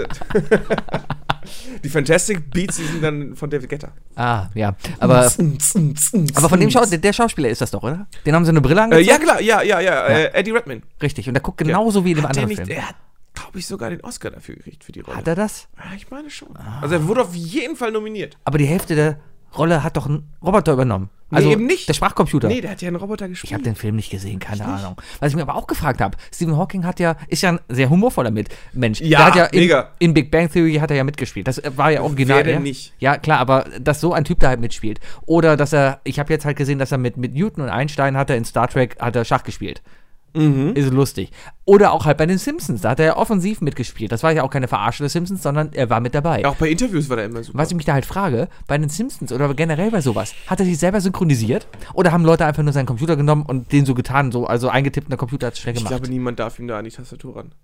D: die Fantastic Beats, die sind dann von David Guetta.
E: Ah, ja. Aber, aber von dem Schau der, der Schauspieler ist das doch, oder? Den haben sie eine Brille
D: Äh,
E: angezogen.
D: ja, klar, ja, ja, ja. Äh, Eddie Redman.
E: Richtig. Und der guckt genauso wie in dem
D: Hat der
E: anderen
D: nicht...
E: Film.
D: Er hat, glaube ich, sogar den Oscar dafür gekriegt, für die Rolle.
E: Hat er Ah. das?
D: Ja, ich meine schon. Also er wurde auf jeden Fall nominiert.
E: Aber die Hälfte der Rolle hat doch ein Roboter übernommen. Also
D: eben nicht.
E: Der Sprachcomputer.
D: Nee, der hat ja einen Roboter gespielt.
E: Ich habe den Film nicht gesehen, keine Ahnung. Was ich mir aber auch gefragt habe, Stephen Hawking hat ja, ist ja ein sehr humorvoller Mit Mensch.
D: Ja,
E: der hat ja in,
D: mega.
E: in Big Bang Theory hat er ja mitgespielt. Das äh, war ja original.
D: Wer denn
E: er.
D: nicht?
E: Ja, klar, aber dass so ein Typ da halt mitspielt. Oder dass er, ich habe jetzt halt gesehen, dass er mit, mit Newton und Einstein hat er in Star Trek hat er Schach gespielt.
D: Mhm.
E: Ist lustig. Oder auch halt bei den Simpsons, da hat er ja offensiv mitgespielt. Das war ja auch keine Verarsche der Simpsons, sondern er war mit dabei.
D: Ja, Auch bei Interviews war der immer super.
E: Was ich mich da halt frage, bei den Simpsons oder generell bei sowas, hat er sich selber synchronisiert oder haben Leute einfach nur seinen Computer genommen und den so getan, so also eingetippt und der Computer hat es schnell
D: ich
E: gemacht?
D: glaube, niemand darf ihm da an die Tastatur ran.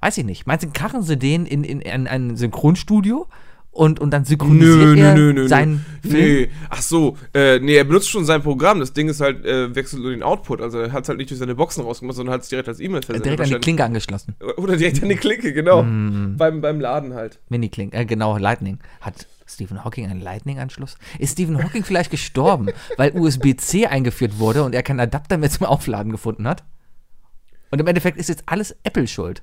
E: Weiß ich nicht. Meinst du, karren sie den in, in, in ein Synchronstudio und, und dann synchronisiert
D: Nö, nö,
E: er
D: nö, nö.
E: seinen
D: nö.
E: Film.
D: Nee, also ach so. Äh, nee, er benutzt schon sein Programm. Das Ding ist halt, äh, wechselt nur den Output. Also er hat es halt nicht durch seine Boxen rausgemacht, sondern hat es direkt als E-Mail versendet.
E: Direkt an die
D: wahrscheinlich.
E: Klinke Mhm. angeschlossen.
D: Oder direkt an die Klinke, genau. Beim, beim Laden halt.
E: Mini-Klinke, äh, genau, Lightning. Hat Stephen Hawking einen Lightning-Anschluss? Ist Stephen Hawking vielleicht gestorben, weil USB-C eingeführt wurde und er keinen Adapter mehr zum Aufladen gefunden hat? Und im Endeffekt ist jetzt alles Apple schuld.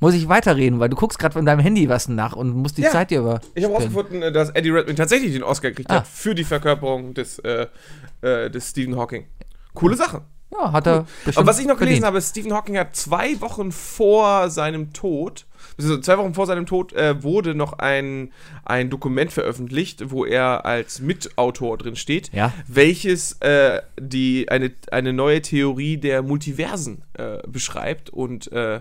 E: Muss ich weiterreden, weil du guckst gerade von deinem Handy was nach und musst die
D: Ja.
E: Zeit dir über.
D: Ich habe herausgefunden, äh, dass Eddie Redmayne tatsächlich den Oscar gekriegt
E: Ah.
D: hat für die Verkörperung des, äh, äh, des Stephen Hawking. Coole Sache.
E: Ja, hat er bestimmt
D: Aber was ich noch gelesen
E: verdient.
D: habe, ist, Stephen Hawking hat zwei Wochen vor seinem Tod, also zwei Wochen vor seinem Tod, äh, wurde noch ein, ein Dokument veröffentlicht, wo er als Mitautor drin steht,
E: Ja.
D: welches äh, die, eine, eine neue Theorie der Multiversen äh, beschreibt und äh,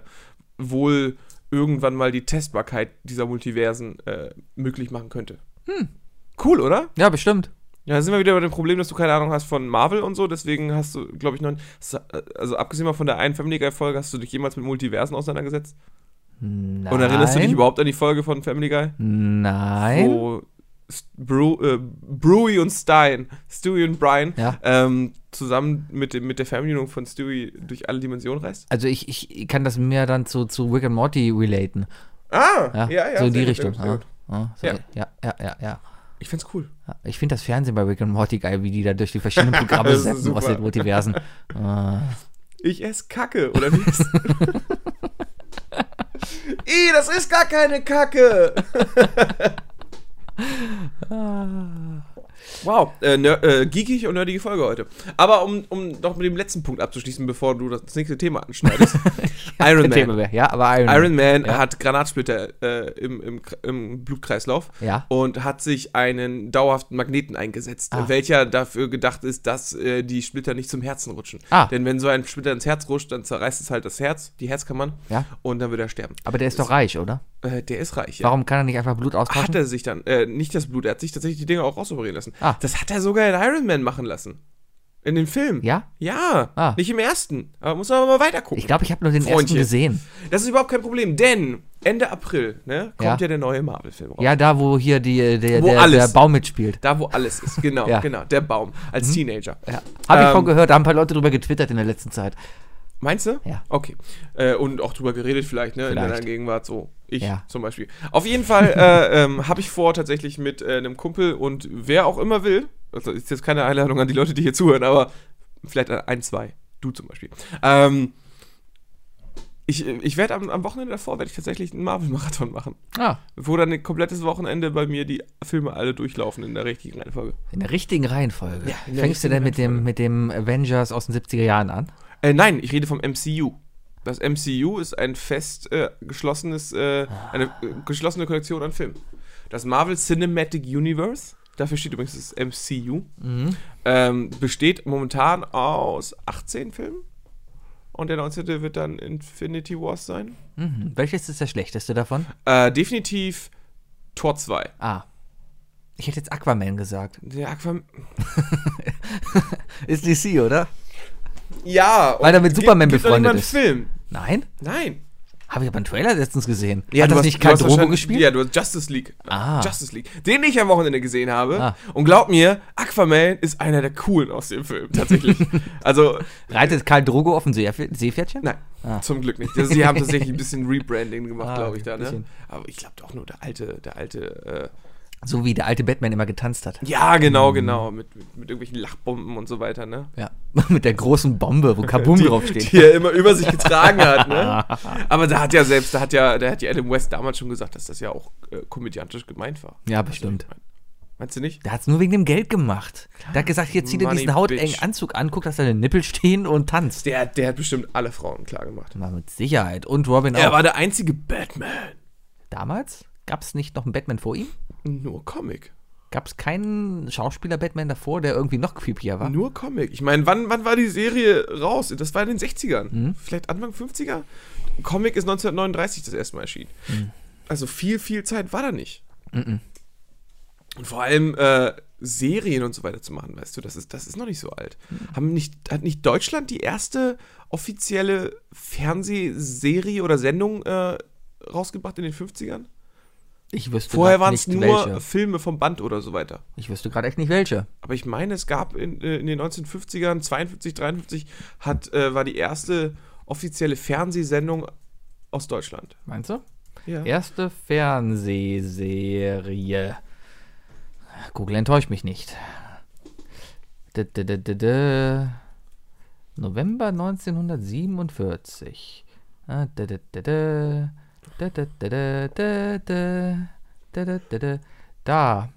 D: wohl irgendwann mal die Testbarkeit dieser Multiversen äh, möglich machen könnte.
E: Hm.
D: Cool, oder?
E: Ja, bestimmt.
D: Ja, da sind wir wieder bei dem Problem, dass du keine Ahnung hast von Marvel und so. Deswegen hast du, glaube ich, noch. hast du- Also, abgesehen mal von der einen Family Guy-Folge, hast du dich jemals mit Multiversen auseinandergesetzt?
E: Nein.
D: Und erinnerst du dich überhaupt an die Folge von Family Guy?
E: Nein.
D: Wo S- Bru äh, Brewy und Stein, Stewie und Brian,
E: Ja.
D: ähm, zusammen mit, dem, mit der Fernbedienung von Stewie durch alle Dimensionen reist?
E: Also ich, ich kann das mehr dann zu, zu Rick and Morty relaten.
D: Ah!
E: Ja, so in die
D: sehr gut,
E: Richtung.
D: sehr gut, sehr
E: Ja,
D: gut.
E: ja, so,
D: Ja.
E: ja, ja, ja, ja.
D: Ich find's cool.
E: Ja, Ich finde das Fernsehen bei Rick and Morty geil, wie die da durch die verschiedenen Programme
D: Das ist
E: setzen aus
D: super.
E: den Multiversen. Äh,
D: Ich esse Kacke, oder wie ist Ih, das ist gar keine Kacke! wow, äh, ner- äh, geekig und nerdige Folge heute. Aber um, um noch mit dem letzten Punkt abzuschließen, bevor du das nächste Thema anschneidest. Iron
E: Thema
D: Man.
E: wär- Ja, aber Iron,
D: Iron Man
E: Genau. Ja.
D: hat Granatsplitter äh, im, im, Kr- im Blutkreislauf
E: Ja.
D: und hat sich einen dauerhaften Magneten eingesetzt,
E: Ah.
D: welcher dafür gedacht ist, dass äh, die Splitter nicht zum Herzen rutschen.
E: Ah.
D: Denn wenn so ein Splitter ins Herz rutscht, dann zerreißt es halt das Herz, die Herzkammern,
E: Ja.
D: und dann wird er sterben.
E: Aber der ist doch reich, oder?
D: Äh, der ist reich, ja.
E: Warum kann er nicht einfach Blut
D: Hat
E: austauschen?
D: er sich dann, äh, nicht das Blut, er hat sich tatsächlich die Dinge auch rausoperieren lassen.
E: Ah.
D: Das hat er sogar in Iron Man machen lassen. In dem Film.
E: Ja?
D: Ja.
E: Ah.
D: Nicht im ersten. Aber muss man aber mal weitergucken.
E: Ich glaube, ich habe nur den ersten
D: Freundchen.
E: gesehen.
D: Das ist überhaupt kein Problem, denn Ende April ne, kommt
E: Ja.
D: ja. der neue Marvel-Film raus.
E: Ja, da, wo hier die, äh, der,
D: Wo
E: der, der
D: alles.
E: Baum mitspielt.
D: Da, wo alles ist. Genau,
E: Ja. Mhm.
D: genau. Der Baum. Als Teenager.
E: Ja. Habe ich
D: Ähm,
E: von gehört, da haben ein paar Leute drüber getwittert in der letzten Zeit.
D: Meinst du?
E: Ja.
D: Okay. Äh, und auch drüber geredet vielleicht, ne? In
E: Vielleicht.
D: deiner Gegenwart, so. Ich
E: Ja.
D: zum Beispiel. Auf jeden Fall äh, ähm, habe ich vor, tatsächlich mit äh, einem Kumpel und wer auch immer will, also ist jetzt keine Einladung an die Leute, die hier zuhören, aber vielleicht an ein, zwei. Du zum Beispiel. Ähm, ich äh, ich werde am, am Wochenende davor, werde ich tatsächlich einen Marvel-Marathon machen.
E: Ah,
D: Wo dann ein komplettes Wochenende bei mir die Filme alle durchlaufen in der richtigen Reihenfolge.
E: in der richtigen Reihenfolge.
D: Ja, in der
E: Fängst du
D: richtigen
E: denn mit dem, mit dem Avengers aus den 70er Jahren an?
D: Äh, nein, ich rede vom MCU. Das MCU ist ein fest äh, geschlossenes, äh, eine äh, geschlossene Kollektion an Filmen. Das Marvel Cinematic Universe, dafür steht übrigens das MCU,
E: Mhm.
D: ähm, besteht momentan aus 18 Filmen. Und der 19. wird dann Infinity Wars sein.
E: Mhm. Welches ist der schlechteste davon?
D: Äh, definitiv Tor 2.
E: Ah. Ich hätte jetzt Aquaman gesagt.
D: Der Aquam
E: Ist DC, oder?
D: ja,
E: Weil er mit Superman befreundet
D: ist.
E: ist.
D: Film.
E: Nein?
D: Nein.
E: Habe ich aber einen Trailer letztens gesehen.
D: Ja, du
E: Hat das
D: hast-
E: nicht
D: du
E: Karl
D: hast
E: Drogo
D: wahrscheinlich-
E: gespielt?
D: Ja, du hast Justice League.
E: Ah.
D: Justice League. Den ich am Wochenende gesehen habe.
E: Ah.
D: Und glaub mir, Aquaman ist einer der coolen aus dem Film, tatsächlich. also,
E: Reitet Karl Drogo auf dem Seepferd- Seepferdchen?
D: nein,
E: Ah.
D: zum Glück nicht. Also, sie haben tatsächlich ein bisschen Rebranding gemacht,
E: Ah,
D: glaube ich, da, ne?
E: bisschen.
D: Aber ich glaube doch nur der alte, der alte,
E: So wie der alte Batman immer getanzt hat.
D: äh, ja, genau,
E: Mhm.
D: genau, mit, mit, mit irgendwelchen Lachbomben und so weiter, ne?
E: Ja. Mit der großen Bombe, wo Kabum draufsteht.
D: Die er immer über sich getragen hat, ne? Aber da hat ja selbst, da hat ja, da hat ja Adam West damals schon gesagt, dass das ja auch äh, komödiantisch gemeint war.
E: Ja, bestimmt.
D: Meinst du nicht?
E: Der hat es nur wegen dem Geld gemacht. Der hat gesagt, hier zieh dir
D: Money,
E: diesen hautengen
D: bitch.
E: Anzug an, guck, dass deine Nippel stehen und tanzt.
D: Der, der hat bestimmt alle Frauen klar gemacht.
E: Mal mit Sicherheit. Und Robin
D: Er
E: auch.
D: war der einzige Batman.
E: Damals gab es nicht noch einen Batman vor ihm?
D: Nur Comic.
E: Gab es keinen Schauspieler-Batman davor, der irgendwie noch creepier war?
D: Nur Comic. Ich meine, wann, wann war die Serie raus? Das war in den 60ern. Vielleicht Anfang 50er? Comic ist 1939 das erste Mal erschienen. Also viel, viel Zeit war da nicht. Und vor allem äh, Serien und so weiter zu machen, weißt du, das ist, das ist noch nicht so alt. Haben nicht, hat nicht Deutschland die erste offizielle Fernsehserie oder Sendung äh, rausgebracht in den 50ern?
E: Ich wüsste
D: Vorher
E: grad
D: waren es
E: halt nicht
D: nur
E: welche.
D: Filme vom Band oder so weiter.
E: Ich wüsste gerade echt nicht welche.
D: Aber ich meine, es gab in, äh, in den 1950ern, 52, 53, hat, äh, war die erste offizielle Fernsehsendung aus Deutschland.
E: Meinst du?
D: Ja.
E: Erste Fernsehserie. Google enttäuscht mich nicht. D -d -d -d -d November 1947. Ah, d -d -d -d. D -d -d -d -d -d. D -d -d -d. Da.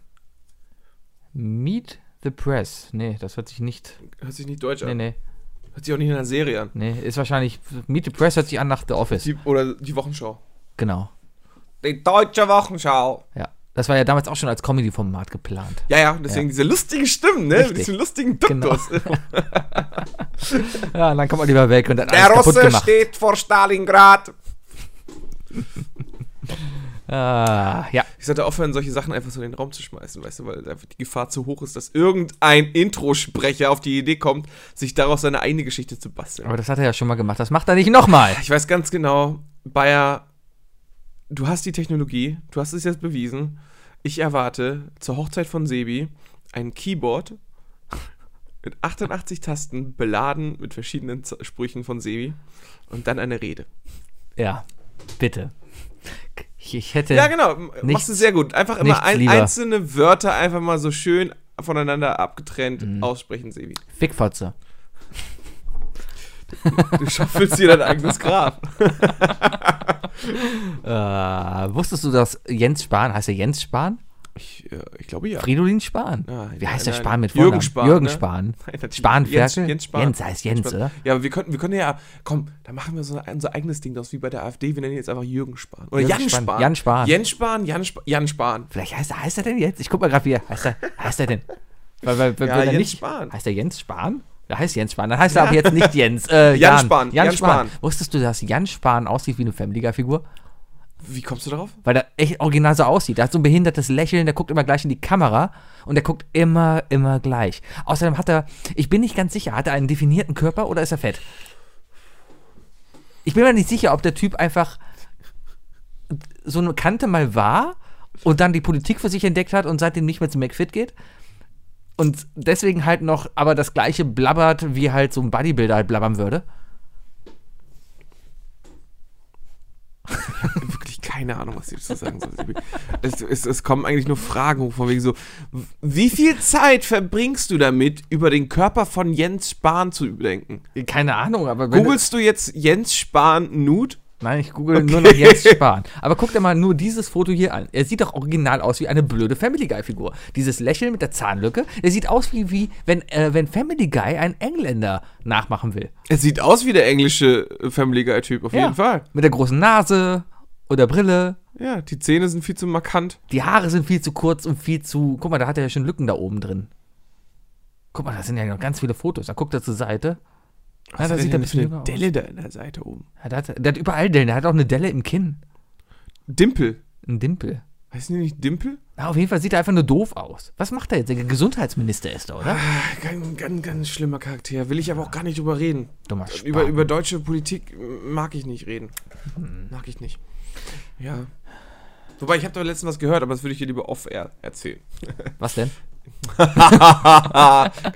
E: Meet the Press. Nee, das hört sich nicht.
D: Hört sich nicht deutsch
E: Nee,
D: an.
E: nee.
D: Hört sich auch nicht in einer Serie an.
E: Nee, ist wahrscheinlich. Meet the Press hört sich an nach The Office.
D: Die, oder die Wochenschau.
E: Genau.
D: Die deutsche Wochenschau.
E: Ja. Das war ja damals auch schon als Comedy-Format geplant.
D: Ja, ja, deswegen diese lustigen Stimmen, ne?
E: Richtig. Genau.
D: Mit diesen lustigen Duktus.
E: Ja, und dann kommt man lieber weg und dann alles kaputt gemacht.
D: steht vor Stalingrad.
E: Ah, ja.
D: Ich sollte aufhören, solche Sachen einfach so in den Raum zu schmeißen, weißt du, weil einfach die Gefahr zu hoch ist, dass irgendein Introsprecher auf die Idee kommt, sich daraus seine eigene Geschichte zu basteln.
E: Aber das hat er ja schon mal gemacht. Das macht er nicht nochmal.
D: Ich weiß ganz genau, Bayer, du hast die Technologie, du hast es jetzt bewiesen. Ich erwarte zur Hochzeit von Sebi ein Keyboard mit 88 Tasten beladen mit verschiedenen Z Sprüchen von Sebi und dann eine Rede.
E: Ja, bitte. Ich, ich hätte.
D: Ja, genau, m- machst du
E: nichts-
D: sehr gut. Einfach immer
E: nichts
D: ein,
E: lieber.
D: einzelne Wörter einfach mal so schön voneinander abgetrennt
E: Mhm.
D: aussprechen, Sebi.
E: Fickfotze.
D: Du schaffelst dir dein eigenes Grab.
E: Äh, wusstest du, dass Jens Spahn, heißt er Jens Spahn?
D: Ich, äh, ich glaube ja.
E: Fridolin Spahn?
D: Ah,
E: Wie heißt der
D: nein,
E: Spahn mit
D: Jürgen
E: Vornamen?
D: Spahn,
E: Jürgen
D: ne?
E: Spahn.
D: Nein, natürlich.
E: Spahn-Ferkel?
D: Jens, Jens Spahn.
E: Jens heißt Jens,
D: Spahn.
E: oder?
D: Ja, aber wir können, wir können ja, komm, da machen wir so ein- unser eigenes Ding draus, wie bei der AfD. Wir nennen ihn jetzt einfach Jürgen Spahn. Oder
E: Jürgen
D: Jan
E: Spahn.
D: Spahn.
E: Jan Spahn.
D: Jens Spahn, Jan, Sp Jan Spahn.
E: Vielleicht heißt er, heißt er denn jetzt? Ich guck mal gerade, wie er heißt. Er, heißt er denn? Weil, weil, weil,
D: Ja,
E: wenn er
D: Jens
E: nicht,
D: Spahn.
E: Heißt er Jens Spahn? Er heißt Jens Spahn. Dann heißt er aber jetzt nicht Jens. Äh,
D: Jan
E: Jan
D: Spahn,
E: Jan,
D: Jan
E: Spahn.
D: Spahn.
E: Wusstest du, dass Jan Spahn aussieht wie eine Family Guy-Figur?
D: Wie kommst du darauf?
E: weil er echt original so aussieht. Der hat so ein behindertes Lächeln, der guckt immer gleich in die Kamera und der guckt immer, immer gleich. Außerdem hat er, ich bin nicht ganz sicher, hat er einen definierten Körper oder ist er fett? Ich bin mir nicht sicher, ob der Typ einfach so eine Kante mal war und dann die Politik für sich entdeckt hat und seitdem nicht mehr zum McFit geht. Und deswegen halt noch aber das gleiche blabbert, wie halt so ein Bodybuilder halt blabbern würde.
D: Wirklich keine Ahnung, was ich dazu sagen soll. Sebi. Es, es, es kommen eigentlich nur Fragen hoch, von wegen so, w- wie viel Zeit verbringst du damit, über den Körper von Jens Spahn zu überdenken?
E: Keine Ahnung, aber wenn du-
D: Googlest du jetzt Jens Spahn Nude?
E: Nein, ich google nur noch Jens Spahn. Aber guck dir mal nur dieses Foto hier an. Er sieht doch original aus wie eine blöde Family Guy-Figur. Dieses Lächeln mit der Zahnlücke, der sieht aus wie, wie wenn, äh, wenn Family Guy einen Engländer nachmachen will.
D: Es sieht aus wie der englische äh, Family Guy-Typ, auf jeden Fall.
E: Mit der großen Nase oder Brille.
D: Ja, die Zähne sind viel zu markant.
E: Die Haare sind viel zu kurz und viel zu. Guck mal, da hat er ja schon Lücken da oben drin. Guck mal, da sind ja noch ganz viele Fotos. Da guckt er zur Seite. Ja, Ah, da sieht er ein bisschen jünger aus.
D: Delle da in der Seite oben.
E: Ja, der, hat, der hat überall Dellen. Der hat auch eine Delle im Kinn.
D: Dimpel.
E: Ein Dimpel.
D: Heißen die nicht Dimpel?
E: Na, auf jeden Fall sieht er einfach nur doof aus. Was macht er jetzt? Der Gesundheitsminister ist er, oder?
D: Ganz, ganz, ganz schlimmer Charakter. Will ich aber auch gar nicht drüber reden.
E: Dummer Spahn.
D: Über, über deutsche Politik äh, mag ich nicht reden. Mag ich nicht. Ja. Wobei, ich habe da letztens was gehört, aber das würde ich dir lieber off-air erzählen.
E: Was denn?
D: Kann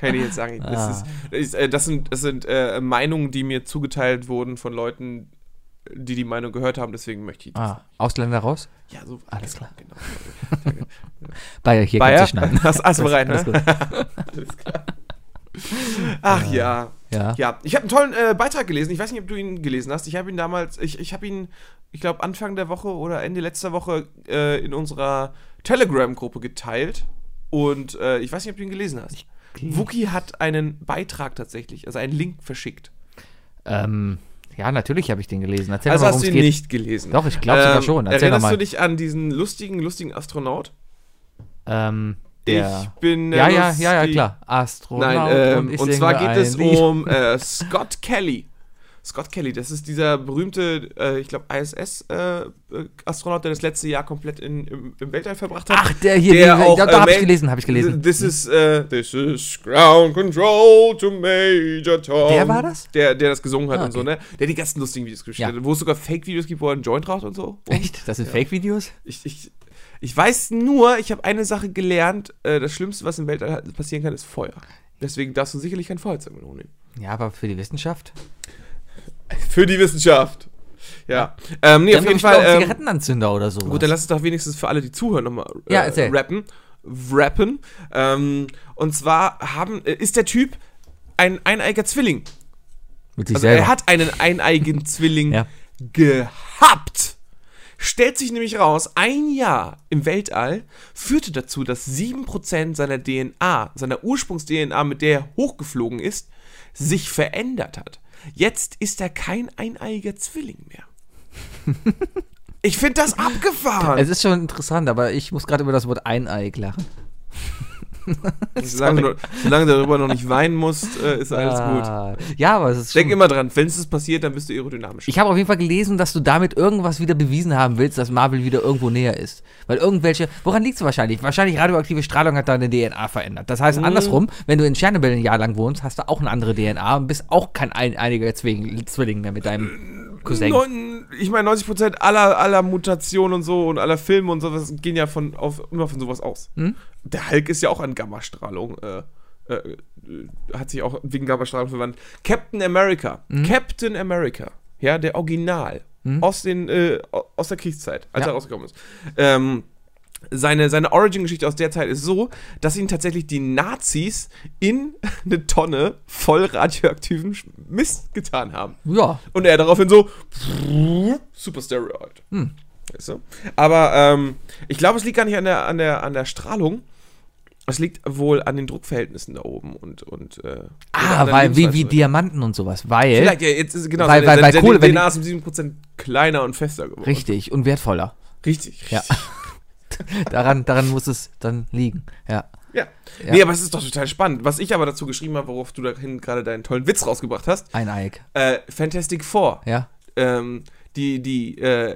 D: ich dir jetzt sagen. Das,
E: Ah.
D: ist, das, ist, äh, das sind, das sind äh, Meinungen, die mir zugeteilt wurden von Leuten, die die Meinung gehört haben, deswegen möchte ich das.
E: Ah, Ausländer raus?
D: Ja, so.
E: Alles klar.
D: Genau.
E: Bayer, hier
D: Bayer?
E: kannst du schneiden.
D: Hast, hast du bereit, ne?
E: Alles gut.
D: Ach ja.
E: Ja.
D: Ja, ich habe einen tollen äh, Beitrag gelesen. Ich weiß nicht, ob du ihn gelesen hast. Ich habe ihn damals, ich, ich habe ihn, ich glaube, Anfang der Woche oder Ende letzter Woche äh, in unserer Telegram-Gruppe geteilt. Und äh, ich weiß nicht, ob du ihn gelesen hast. Wookie hat einen Beitrag tatsächlich, also einen Link verschickt.
E: Ähm, ja, natürlich habe ich den gelesen. Erzähl
D: also
E: mal,
D: hast
E: worum
D: du
E: es
D: ihn
E: geht.
D: nicht gelesen. Ähm,
E: Doch, ich glaub sogar schon. Erzähl
D: erinnerst
E: doch mal.
D: du dich an diesen lustigen, lustigen Astronaut?
E: Ähm, der.
D: Ich bin. äh,
E: ja, ja,
D: lustig-
E: ja, ja, klar. Astronaut
D: Nein, ähm,
E: ich
D: und
E: singe
D: zwar geht
E: ein
D: es
E: Lied.
D: um äh, Scott Kelly. Scott Kelly, das ist dieser berühmte, äh, ich glaube, ISS-Astronaut, äh, der das letzte Jahr komplett in, im, im Weltall verbracht hat.
E: Ach, der hier,
D: der
E: den-
D: auch,
E: da,
D: äh,
E: da habe ich
D: Main-
E: gelesen, habe ich gelesen. Hm.
D: This is, äh, this is Ground Control to Major Tom.
E: Der war das?
D: Der, der das gesungen hat
E: Ah,
D: und so,
E: okay.
D: ne? Der die ganzen lustigen Videos geschickt
E: Ja.
D: hat, wo es sogar Fake-Videos gibt, wo er einen Joint raucht und so.
E: Echt? Das sind Fake-Videos?
D: Ich, ich, Ich weiß nur, ich habe eine Sache gelernt. Äh, das Schlimmste, was im Weltall passieren kann, ist Feuer. Deswegen darfst du sicherlich kein Feuerzeug mit hochnehmen.
E: Ja, aber für die Wissenschaft.
D: Für die Wissenschaft. Ja. Ähm, nee,
E: Dann
D: auf
E: hab
D: jeden
E: ich doch einen
D: Fall. Ähm,
E: Zigarettenanzünder oder so.
D: gut, dann lass es doch wenigstens für alle, die zuhören, nochmal äh,
E: Ja, erzähl.
D: rappen. Rappen. Ähm, und zwar haben, äh, ist der Typ ein eineiger Zwilling.
E: Mit sich
D: Also
E: selber.
D: er hat einen eineigen Zwilling
E: Ja.
D: gehabt. Stellt sich nämlich raus, ein Jahr im Weltall führte dazu, dass 7% seiner DNA, seiner Ursprungs-DNA, mit der er hochgeflogen ist, sich verändert hat. Jetzt ist er kein eineiiger Zwilling mehr. ich finde das abgefahren.
E: es ist schon interessant, aber ich muss gerade über das Wort eineig lachen.
D: Also solange, du, solange du darüber noch nicht weinen musst, äh, ist alles gut.
E: Ah, Ja, aber es ist
D: Denk
E: schon,
D: immer dran, wenn es passiert, dann bist du aerodynamisch.
E: Ich habe auf jeden Fall gelesen, dass du damit irgendwas wieder bewiesen haben willst, dass Marvel wieder irgendwo näher ist. Weil irgendwelche. Woran liegt es wahrscheinlich? Wahrscheinlich radioaktive Strahlung hat deine DNA verändert. Das heißt, andersrum, wenn du in Tschernobyl ein Jahr lang wohnst, hast du auch eine andere DNA und bist auch kein ein, einiger Zwilling, Zwilling mehr mit deinem Cousin.
D: Neun, ich meine, 90% aller, aller Mutationen und so und aller Filme und sowas gehen ja von, auf, immer von sowas aus. Der Hulk ist ja auch an Gammastrahlung, äh, äh, äh, hat sich auch wegen Gammastrahlung verwandt. Captain America, Captain America, ja, der Original aus, den, äh, aus der Kriegszeit, als
E: Ja.
D: er rausgekommen ist. Ähm, seine, seine Origin-Geschichte aus der Zeit ist so, dass ihn tatsächlich die Nazis in eine Tonne voll radioaktiven Sch- Mist getan haben.
E: Ja.
D: Und er daraufhin so, super Steroid.
E: Hm.
D: Weißt du? Aber ähm, ich glaube, es liegt gar nicht an der, an der, an der Strahlung. Es liegt wohl an den Druckverhältnissen da oben und. und äh, oder an
E: Ah,
D: der
E: weil wie, wie
D: Lebensweise.
E: Diamanten und sowas. Weil.
D: halt Vielleicht, ja, jetzt ist genau.
E: Weil-
D: seine-
E: weil-
D: seine-
E: weil
D: seine
E: Kohle, wenn
D: DNA ist um 7% kleiner und fester geworden.
E: Richtig und wertvoller.
D: Richtig, richtig.
E: Ja. Daran, daran muss es dann liegen. Ja.
D: Ja.
E: Ja.
D: Nee, aber es ist doch total spannend. Was ich aber dazu geschrieben habe, worauf du dahin gerade deinen tollen Witz rausgebracht hast:
E: Eineig.
D: äh, Fantastic Four.
E: Ja.
D: ähm, die, die äh,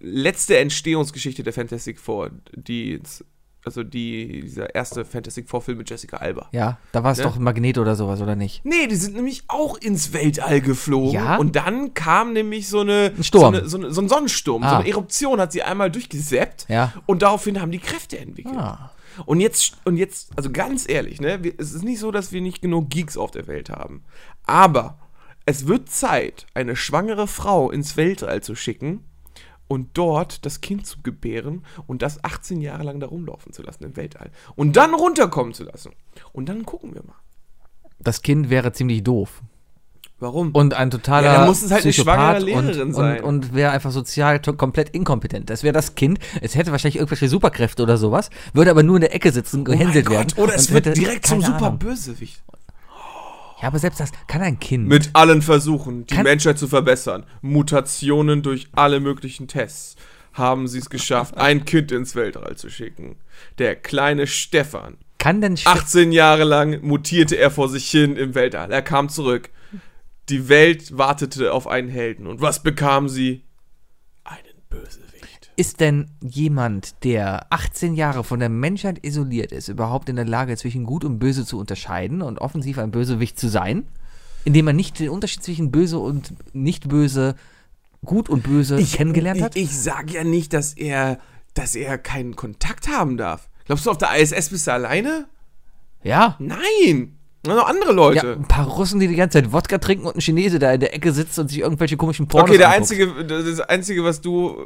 D: letzte Entstehungsgeschichte der Fantastic Four, die, also die, dieser erste Fantastic Four-Film mit Jessica Alba.
E: Ja. Da war es
D: Ne?
E: doch Magnet oder sowas, oder nicht?
D: Nee, die sind nämlich auch ins Weltall geflogen.
E: Ja?
D: Und dann kam nämlich so eine,
E: Ein Sturm.
D: So, eine, so, eine, so ein Sonnensturm, so
E: Ah.
D: eine Eruption hat sie einmal durchgesäppt.
E: Ja.
D: Und daraufhin haben die Kräfte entwickelt.
E: Ah.
D: Und jetzt, und jetzt, also ganz ehrlich, ne, wir, es ist nicht so, dass wir nicht genug Geeks auf der Welt haben. Aber es wird Zeit, eine schwangere Frau ins Weltall zu schicken und dort das Kind zu gebären und das 18 Jahre lang da rumlaufen zu lassen im Weltall. Und dann runterkommen zu lassen. Und dann gucken wir mal.
E: Das Kind wäre ziemlich doof.
D: Warum?
E: Und ein totaler.
D: Ja, dann muss es halt eine
E: Psychopath
D: schwangere Lehrerin
E: und,
D: sein.
E: Und, und wäre einfach sozial to- komplett inkompetent. Das wäre das Kind. Es hätte wahrscheinlich irgendwelche Superkräfte oder sowas, würde aber nur in der Ecke sitzen und gehänselt werden.
D: Oh Oder es
E: und
D: wird
E: hätte-
D: direkt zum
E: keine
D: super
E: Ahnung.
D: Bösewicht.
E: Ja, aber selbst das kann ein Kind.
D: Mit allen Versuchen, die
E: Kann-
D: Menschheit zu verbessern, Mutationen durch alle möglichen Tests, haben sie es geschafft, ein Kind ins Weltall zu schicken. Der kleine Stefan.
E: kann denn Sch-
D: 18 Jahre lang mutierte er vor sich hin im Weltall. Er kam zurück. Die Welt wartete auf einen Helden. Und was bekam sie? Einen Bösewicht.
E: Ist denn jemand, der 18 Jahre von der Menschheit isoliert ist, überhaupt in der Lage, zwischen Gut und Böse zu unterscheiden und offensiv ein Bösewicht zu sein? Indem er nicht den Unterschied zwischen Böse und Nicht-Böse, Gut und Böse kennengelernt hat?
D: Ich, ich sag ja nicht, dass er, dass er keinen Kontakt haben darf. Glaubst du, auf der ISS bist du alleine?
E: ja.
D: Nein! Da sind Noch andere
E: Ja,
D: Leute.
E: ein paar Russen, die die ganze Zeit Wodka trinken und ein Chinese, der in der Ecke sitzt und sich irgendwelche komischen Pornos
D: okay, der
E: anguckt.
D: einzige, das einzige, was du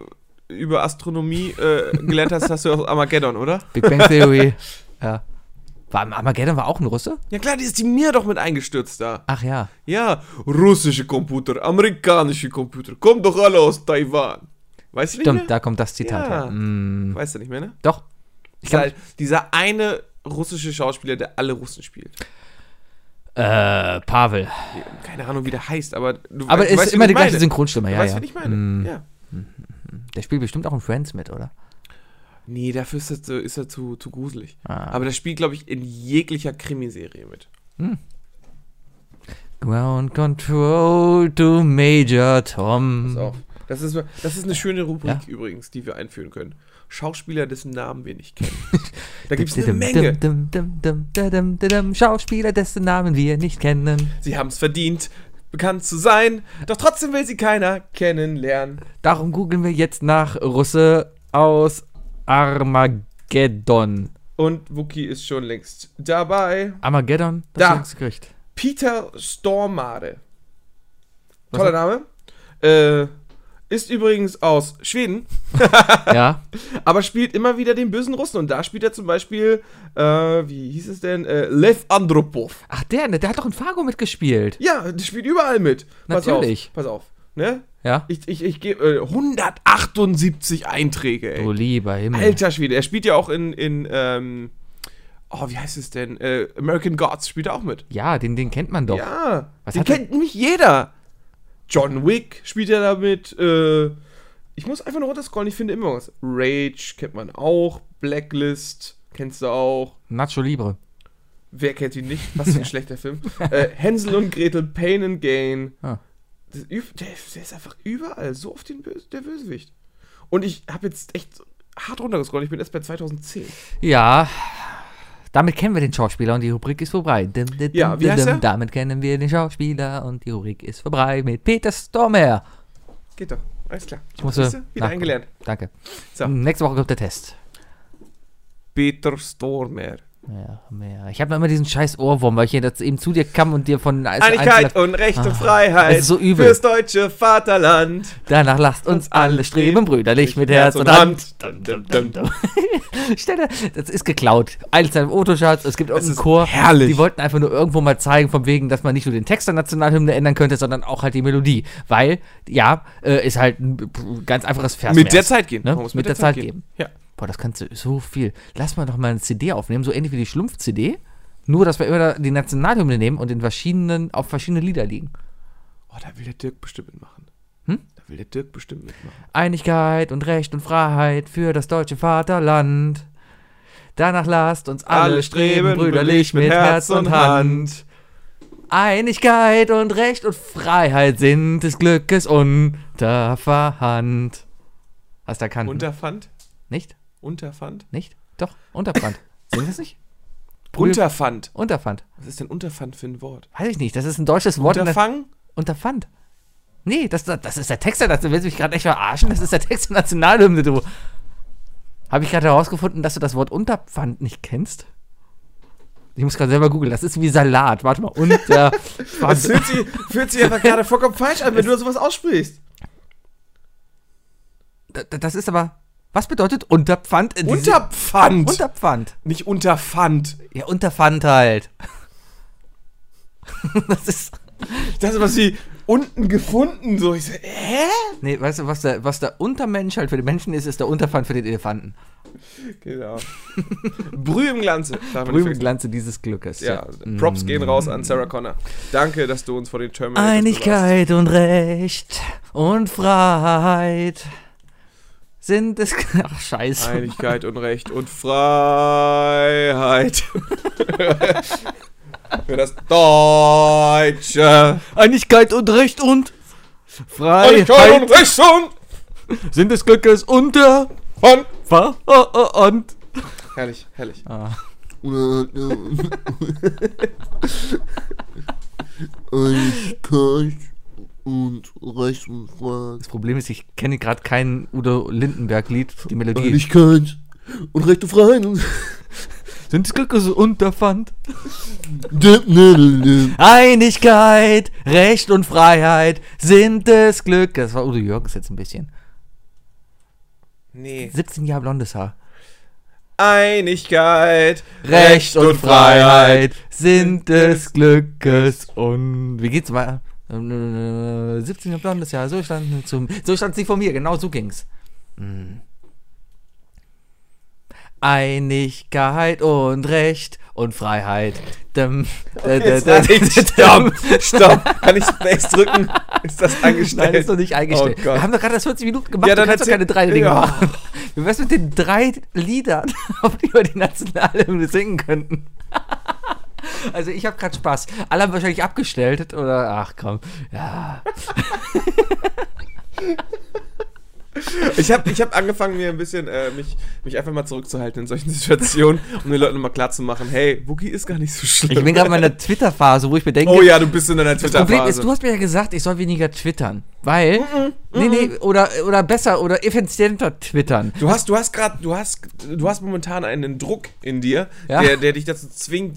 D: äh, über Astronomie äh, gelernt hast, hast du aus Armageddon, oder?
E: Big Bang Theory. ja. War, Armageddon war auch ein Russe?
D: Ja klar, die ist die mir doch mit eingestürzt da.
E: Ach ja.
D: Ja, russische Computer, amerikanische Computer, kommen doch alle aus Taiwan. Weißt du nicht
E: Stimmt,
D: mehr?
E: da kommt das Zitat
D: Ja.
E: her. Mm,
D: Weißt du nicht mehr, ne?
E: doch.
D: Ich halt dieser eine russische Schauspieler, der alle Russen spielt.
E: Äh, Pavel.
D: Keine Ahnung, wie der heißt, aber du
E: Aber
D: weißt-
E: es
D: weißt,
E: ist
D: wen
E: immer
D: ich
E: die gleiche
D: meine.
E: Synchronstimme,
D: Du
E: ja,
D: weißt,
E: ja. Mm. Mhm.
D: wen ich meine. Ja.
E: Der spielt bestimmt auch in Friends mit, oder?
D: Nee, dafür ist er, zu- ist er zu, zu gruselig.
E: Ah.
D: Aber das spielt, glaube ich, in jeglicher Krimiserie mit.
E: Ground Control to Major Tom.
D: Pass auf. Das ist, das ist eine schöne Rubrik
E: Mhm. Ja?
D: übrigens, die wir einführen können. Schauspieler, dessen Namen wir nicht kennen. Da gibt es eine Menge.
E: Dum, dum, dum, dum, dum, dum, dum. Schauspieler, dessen Namen wir nicht kennen.
D: Sie haben es verdient, bekannt zu sein, doch trotzdem will sie keiner kennenlernen.
E: Darum googeln wir jetzt nach Russe aus Armageddon.
D: Und Wookie ist schon längst dabei.
E: Armageddon?
D: Da.
E: ist Gericht.
D: Peter Stormare. Toller Name. Äh, ist übrigens aus Schweden,
E: Ja.
D: aber spielt immer wieder den bösen Russen. Und da spielt er zum Beispiel, äh, wie hieß es denn? Äh, Lev Andropov.
E: Ach, der, ne? der hat doch in Fargo mitgespielt.
D: Ja, der spielt überall mit.
E: Natürlich.
D: Pass auf. Pass auf. Ne?
E: Ja.
D: Ich, ich, ich gebe äh, 178 Einträge, ey.
E: Du Oh, lieber Himmel.
D: Alter Schwede, er spielt ja auch in, in ähm, oh, wie heißt es denn? Äh, American Gods spielt er auch mit.
E: Ja, den, den kennt man doch.
D: Ja,
E: Was
D: den
E: hat er-
D: kennt nämlich jeder. John Wick spielt er damit. Äh, ich muss einfach nur runterscrollen, ich finde immer was. Rage kennt man auch. Blacklist kennst du auch.
E: Nacho Libre.
D: Wer kennt ihn nicht? Was für ein schlechter Film. Äh, Hänsel und Gretel, Pain and Gain.
E: Ah.
D: Das ist üb- Der, der ist einfach überall, so auf den Böse, der Bösewicht. Und ich habe jetzt echt hart runtergescrollt, ich bin erst bei 2010.
E: Ja. Damit kennen wir den Schauspieler und die Rubrik ist vorbei. Dim, dim, dim,
D: Ja, wie
E: dim,
D: heißt
E: dim.
D: er?
E: Damit kennen wir den Schauspieler und die Rubrik ist vorbei mit Peter Stormer.
D: Geht doch, alles klar.
E: Ich musste
D: Siehste, wieder
E: nachgucken.
D: eingelernt.
E: Danke.
D: So.
E: Nächste Woche kommt der Test.
D: Peter Stormer.
E: Ja, mehr. Ich habe immer diesen scheiß Ohrwurm, weil ich hier das eben zu dir kam und dir von als
D: Einigkeit
E: Einzelner-
D: und Recht und
E: Ah,
D: Freiheit
E: es ist so übel.
D: fürs deutsche Vaterland.
E: Danach lasst uns alle streben brüderlich mit Herz und Hand.
D: Dum, dum, dum, dum.
E: Stell dir, das ist geklaut. Eines der Otoscharts, es gibt auch einen
D: ist
E: Chor.
D: herrlich.
E: Die wollten einfach nur irgendwo mal zeigen, von wegen, dass man nicht nur den Text der Nationalhymne ändern könnte, sondern auch halt die Melodie. Weil, ja, äh, ist halt ein ganz einfaches Vers.
D: Mit der Zeit gehen.
E: Ne?
D: Man muss
E: Mit der Zeit gehen.
D: Ja.
E: Boah, das kannst du so viel. Lass mal doch mal eine CD aufnehmen, so ähnlich wie die Schlumpf-CD. Nur, dass wir immer da die Nationalhymne nehmen und in verschiedenen, auf verschiedene Lieder liegen.
D: Oh, da will der Dirk bestimmt mitmachen.
E: Hm?
D: Da will der Dirk bestimmt mitmachen.
E: Einigkeit und Recht und Freiheit für das deutsche Vaterland. Danach lasst uns alle streben, brüderlich mit Herz und Hand. Einigkeit und Recht und Freiheit sind des Glückes Unterverhand. Hast du erkannt?
D: Unterpfand?
E: nicht?
D: Unterpfand?
E: Nicht? Doch, Unterpfand. sind das nicht?
D: Unterpfand.
E: Unterpfand.
D: Was ist denn Unterpfand für ein Wort?
E: Weiß ich nicht, das ist ein deutsches Wort. in der-
D: Unterfang?
E: Unterpfand. Nee, das, das ist der Text der Nationalhymne. Willst du mich gerade echt verarschen? Das ist der Text der Nationalhymne, du. Habe ich gerade herausgefunden, dass du das Wort Unterpfand nicht kennst? Ich muss gerade selber googeln. Das ist wie Salat. Warte mal. äh,
D: Das
E: Unterpfand.
D: fühlt sich, fühlt sich einfach gerade vollkommen falsch an, wenn du sowas aussprichst.
E: D- d- das ist aber. Was bedeutet Unterpfand? in diesem-
D: Unterpfand!
E: Unterpfand.
D: Nicht Unterpfand.
E: Ja, Unterpfand halt. das ist.
D: Das ist was wie unten gefunden. So, ich so, hä?
E: Nee, weißt du, was der, was der Untermensch halt für den Menschen ist, ist der Unterpfand für den Elefanten.
D: Genau. Brühe im Glanze. Darf man nicht
E: Drüben
D: vergessen.
E: Glanze dieses Glückes.
D: Ja, Props gehen raus an Sarah Connor. Danke, dass du uns vor den Terminators
E: Einigkeit und Recht und Freiheit sind es. Ach,
D: bewahrst.
E: Scheiße.
D: Einigkeit und Recht und Freiheit. Für das Deutsche.
E: Einigkeit und Recht und
D: Einigkeit und Recht und
E: sind des Glückes unter.
D: Fun.
E: Ver oh, oh, und.
D: Herrlich, herrlich.
F: Äh, Einigkeit und Recht und Freiheit.
E: Das Problem ist, ich kenne gerade kein Udo Lindenberg-Lied, die Melodie.
F: Einigkeit und Recht und Freiheit.
E: Sind des Glückes Unterpfand.
F: Dip, nidl, dip.
E: Einigkeit, Recht und Freiheit sind des Glückes. Das war Udo Jürgens jetzt ein bisschen.
D: Nee.
E: 17 Jahre blondes Haar.
D: Einigkeit,
E: Recht und Freiheit sind des Glückes und. Wie geht's weiter? Äh, 17. blondes Jahr, so stand zum, so stand sie vor mir, genau so ging's. Mm. Einigkeit und Recht und Freiheit. Dum, dä, dä,
D: Jetzt nein,
E: dä, dä,
D: stopp,
E: dum.
D: stopp. Kann ich Space drücken? Ist das eingestellt?
E: Nein, ist noch nicht eingestellt.
D: Oh Gott.
E: Wir haben doch gerade das 40 Minuten gemacht,
D: Ja,
E: du
D: dann
E: kannst doch keine
D: erzähl-
E: drei Dinge
D: Ja.
E: machen. Wie wär's mit den drei Liedern, auf die wir die Nationalhymne singen könnten? Also ich habe gerade Spaß. Alle haben wahrscheinlich abgestellt oder ach komm. Ja.
D: Ich habe ich hab angefangen, mir ein bisschen, äh, mich, mich einfach mal zurückzuhalten in solchen Situationen, um den Leuten mal klarzumachen, hey, Wookie ist gar nicht so schlimm.
E: Ich bin gerade in meiner Twitter-Phase, wo ich mir denke,
D: oh ja, du bist in deiner
E: das Problem ist,
D: Twitter-Phase. Mhm,
E: du hast mir ja gesagt, ich soll weniger twittern. Weil, nee, nee, oder, oder besser oder effizienter twittern.
D: Du hast, du hast gerade, du hast, du hast momentan einen Druck in dir,
E: Ja.
D: der, der dich dazu zwingt,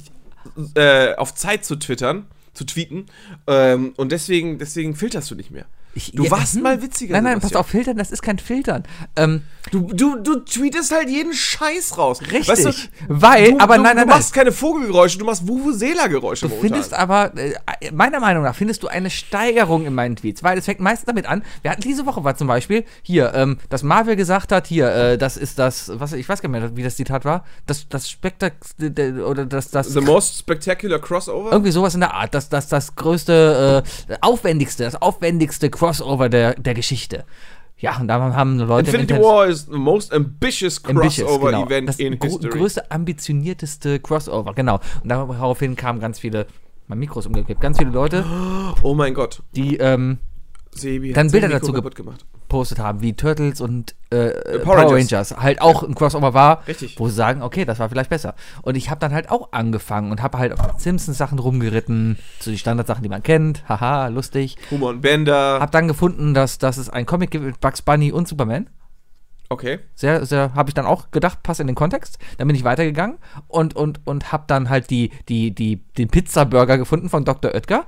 D: äh, auf Zeit zu twittern, zu tweeten. Ähm, und deswegen, deswegen filterst du nicht mehr. du warst
E: hm.
D: mal witziger.
E: Nein, nein, pass
D: Sebastian.
E: auf, filtern, das ist kein Filtern. Ähm,
D: Du, du, du tweetest halt jeden Scheiß raus.
E: Richtig.
D: Weißt du,
E: Weil-
D: du,
E: aber
D: du,
E: nein, nein,
D: du machst keine Vogelgeräusche, du machst Vuvuzela-Geräusche.
E: Du findest aber, äh, meiner Meinung nach, findest du eine Steigerung in meinen Tweets, weil es fängt meistens damit an, wir hatten diese Woche war zum Beispiel, hier, ähm, dass Marvel gesagt hat, hier, äh, das ist das, was, ich weiß gar nicht mehr, wie das Zitat war, das, das Spektakel, oder das, das,
D: The most spectacular crossover?
E: irgendwie sowas in der Art, das, das, das größte, äh, aufwendigste, das aufwendigste Crossover der, der Geschichte. Ja, und da haben so Leute im
D: Infinity
E: Internet-
D: War is the most ambitious
E: Ambitious, genau.
D: crossover-event
E: das
D: in
E: grö-
D: history.
E: größte, ambitionierteste Crossover, genau. Und daraufhin kamen ganz viele, mein Mikro ist umgekippt, ganz viele Leute,
D: Oh mein Gott.
E: die ähm,
D: Sebi hat
E: Dann
D: sein
E: Bilder
D: Mikro
E: dazu ge-
D: kaputt gemacht.
E: gepostet haben, wie Turtles und äh, Power,
D: Power
E: Rangers.
D: Rangers.
E: halt auch ein Crossover war,
D: Richtig.
E: wo sie sagen, okay, das war vielleicht besser. Und ich habe dann halt auch angefangen und habe halt auf Simpsons Sachen rumgeritten, zu den Standardsachen, die man kennt, haha, lustig.
D: Humor und Bender.
E: Hab dann gefunden, dass, dass es einen Comic gibt mit Bugs Bunny und Superman.
D: Okay.
E: Sehr, sehr, habe ich dann auch gedacht, passt in den Kontext. Dann bin ich weitergegangen und, und, und habe dann halt die, die, die, den Pizza-Burger gefunden von Dr. Oetker.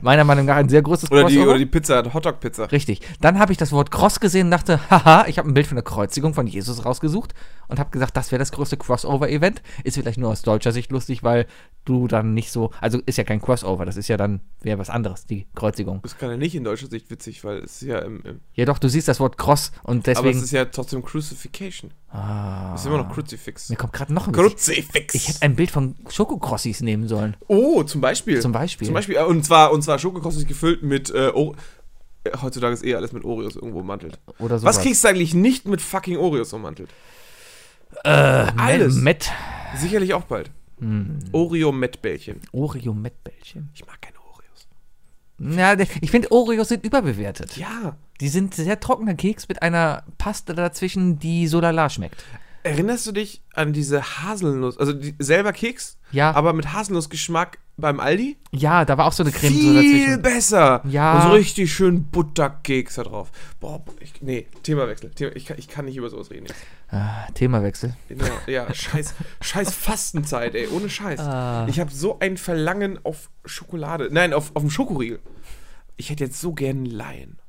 E: Meiner Meinung nach ein sehr großes
D: Oder die, oder die Pizza, Hotdog-Pizza.
E: Richtig. Dann habe ich das Wort Cross gesehen und dachte, haha, ich habe ein Bild von der Kreuzigung von Jesus rausgesucht und habe gesagt, das wäre das größte Crossover-Event. Ist vielleicht nur aus deutscher Sicht lustig, weil du dann nicht so, also ist ja kein Crossover, das ist ja dann wäre was anderes, die Kreuzigung.
D: Das kann ja nicht in deutscher Sicht witzig, weil es ist ja im, im
E: Jedoch, du siehst das Wort Cross und
D: Aber
E: deswegen,
D: es ist ja trotzdem Crucifixion. Ah. Es ist immer noch Crucifix.
E: mir kommt gerade noch ein Witz.
D: Crucifix.
E: Ich hätte ein Bild von Schokokrossis nehmen sollen.
D: oh, zum Beispiel.
E: Zum Beispiel.
D: Zum Beispiel. äh, Und zwar, und zwar Schokokost ist gefüllt mit äh, O- äh, Heutzutage ist eh alles mit Oreos irgendwo ummantelt.
E: Oder sowas.
D: Was kriegst du eigentlich nicht mit fucking Oreos ummantelt?
E: alles?
D: alles?
E: Äh, Met. Hm.
D: Sicherlich auch bald. Oreo-Mettbällchen.
E: Oreo-Met-Bällchen.
D: Ich mag keine Oreos.
E: Ja, ich finde, Oreos sind überbewertet.
D: Ja.
E: Die sind sehr trockener Keks mit einer Paste dazwischen, die so lala schmeckt.
D: Erinnerst du dich an diese Haselnuss, also die, selber Keks,
E: Ja.
D: aber mit Haselnussgeschmack beim Aldi?
E: Ja, da war auch so eine Creme so
D: Viel
E: dazwischen.
D: besser.
E: Ja.
D: Und so richtig schön Butterkeks da drauf. Boah, ich, nee, Themawechsel. Thema, ich, kann, ich kann nicht über sowas reden. Jetzt.
E: Ah, Themawechsel.
D: Genau, ja, scheiß, scheiß Fastenzeit, ey, ohne Scheiß.
E: Ah.
D: Ich habe so ein Verlangen auf Schokolade. Nein, auf, auf einen Schokoriegel. Ich hätte jetzt so gern Laien.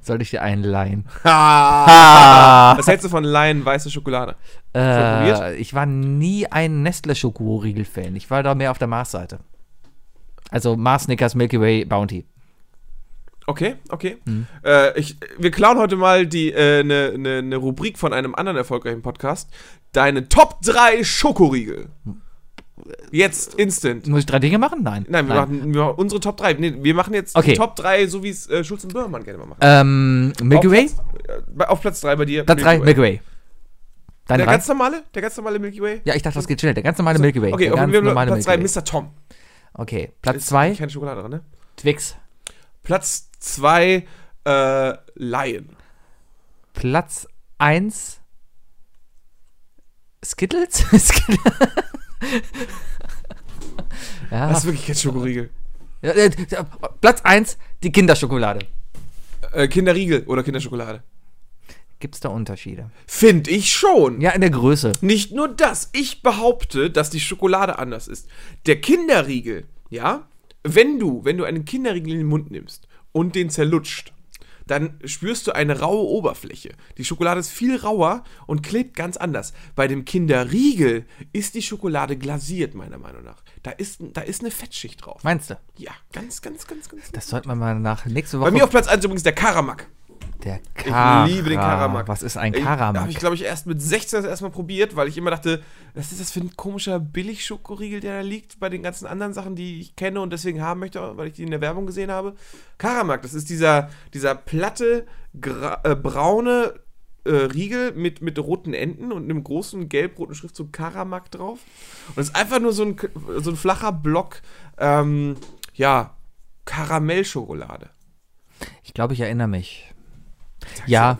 E: Sollte ich dir einleihen? Ah.
D: Was hältst du von Laien weiße Schokolade?
E: Äh,
D: probiert?
E: ich war nie ein Nestle-Schokoriegel-Fan. Ich war da mehr auf der Mars-Seite. Also Mars, Snickers, Milky Way, Bounty.
D: Okay, okay.
E: Hm.
D: Äh, ich, wir klauen heute mal die eine äh, ne- ne- ne Rubrik von einem anderen erfolgreichen Podcast. Deine Top 3 Schokoriegel. Jetzt instant.
E: Muss ich drei Dinge machen? Nein.
D: Nein, wir, Machen, wir machen unsere Top 3. Nee, wir machen jetzt
E: Okay.
D: die Top 3, so wie es äh, Schulz und Böhmermann gerne mal machen.
E: Ähm, Milky
D: auf
E: Way?
D: Platz, äh, bei- auf Platz 3 bei dir.
E: Platz 3, Milky Way. Dein
D: Der
E: drei?
D: ganz normale? Der ganz normale Milky Way?
E: Ja, ich dachte, das geht schnell. Der ganz normale Milky Way.
D: Okay,
E: der ganz
D: okay wir
E: normale
D: Platz 3,
E: Milky Way.
D: Mr. Tom.
E: Okay, Platz
D: Ist
E: 2,
D: Keine Schokolade dran, ne?
E: Twix.
D: Platz 2, äh, Lion.
E: Platz 1 Skittles? Skittles. ja.
D: Das ist wirklich kein Schokoriegel.
E: Ja, äh, äh, Platz 1 die Kinderschokolade.
D: Äh, Kinderriegel oder Kinderschokolade.
E: Gibt es da Unterschiede?
D: Finde ich schon.
E: Ja, in der Größe.
D: Nicht nur das, ich behaupte, dass die Schokolade anders ist. Der Kinderriegel, ja, wenn du, wenn du einen Kinderriegel in den Mund nimmst und den zerlutscht, dann spürst du eine raue Oberfläche. Die Schokolade ist viel rauer und klebt ganz anders. Bei dem Kinderriegel ist die Schokolade glasiert, meiner Meinung nach. Da ist, da ist eine Fettschicht drauf.
E: Meinst du?
D: Ja, ganz, ganz, ganz, ganz.
E: Das sollten wir mal nach nächste Woche.
D: Bei mir auf Platz 1 übrigens der Karamak.
E: der
D: Ich
E: Kara.
D: liebe den Karamak.
E: Was ist ein
D: Ey, Habe
E: Karamak?
D: ich, glaube ich, erst mit 16 das erstmal probiert, weil ich immer dachte, was ist das für ein komischer Billig-Schokoriegel, der da liegt bei den ganzen anderen Sachen, die ich kenne und deswegen haben möchte, weil ich die in der Werbung gesehen habe. Karamak, das ist dieser, dieser platte, gra- äh, braune äh, Riegel mit, mit roten Enden und einem großen gelb-roten Schriftzug Karamak drauf. Und es ist einfach nur so ein, k- so ein flacher Block, ähm, ja, Karamellschokolade.
E: Ich glaube, ich erinnere mich. Ja.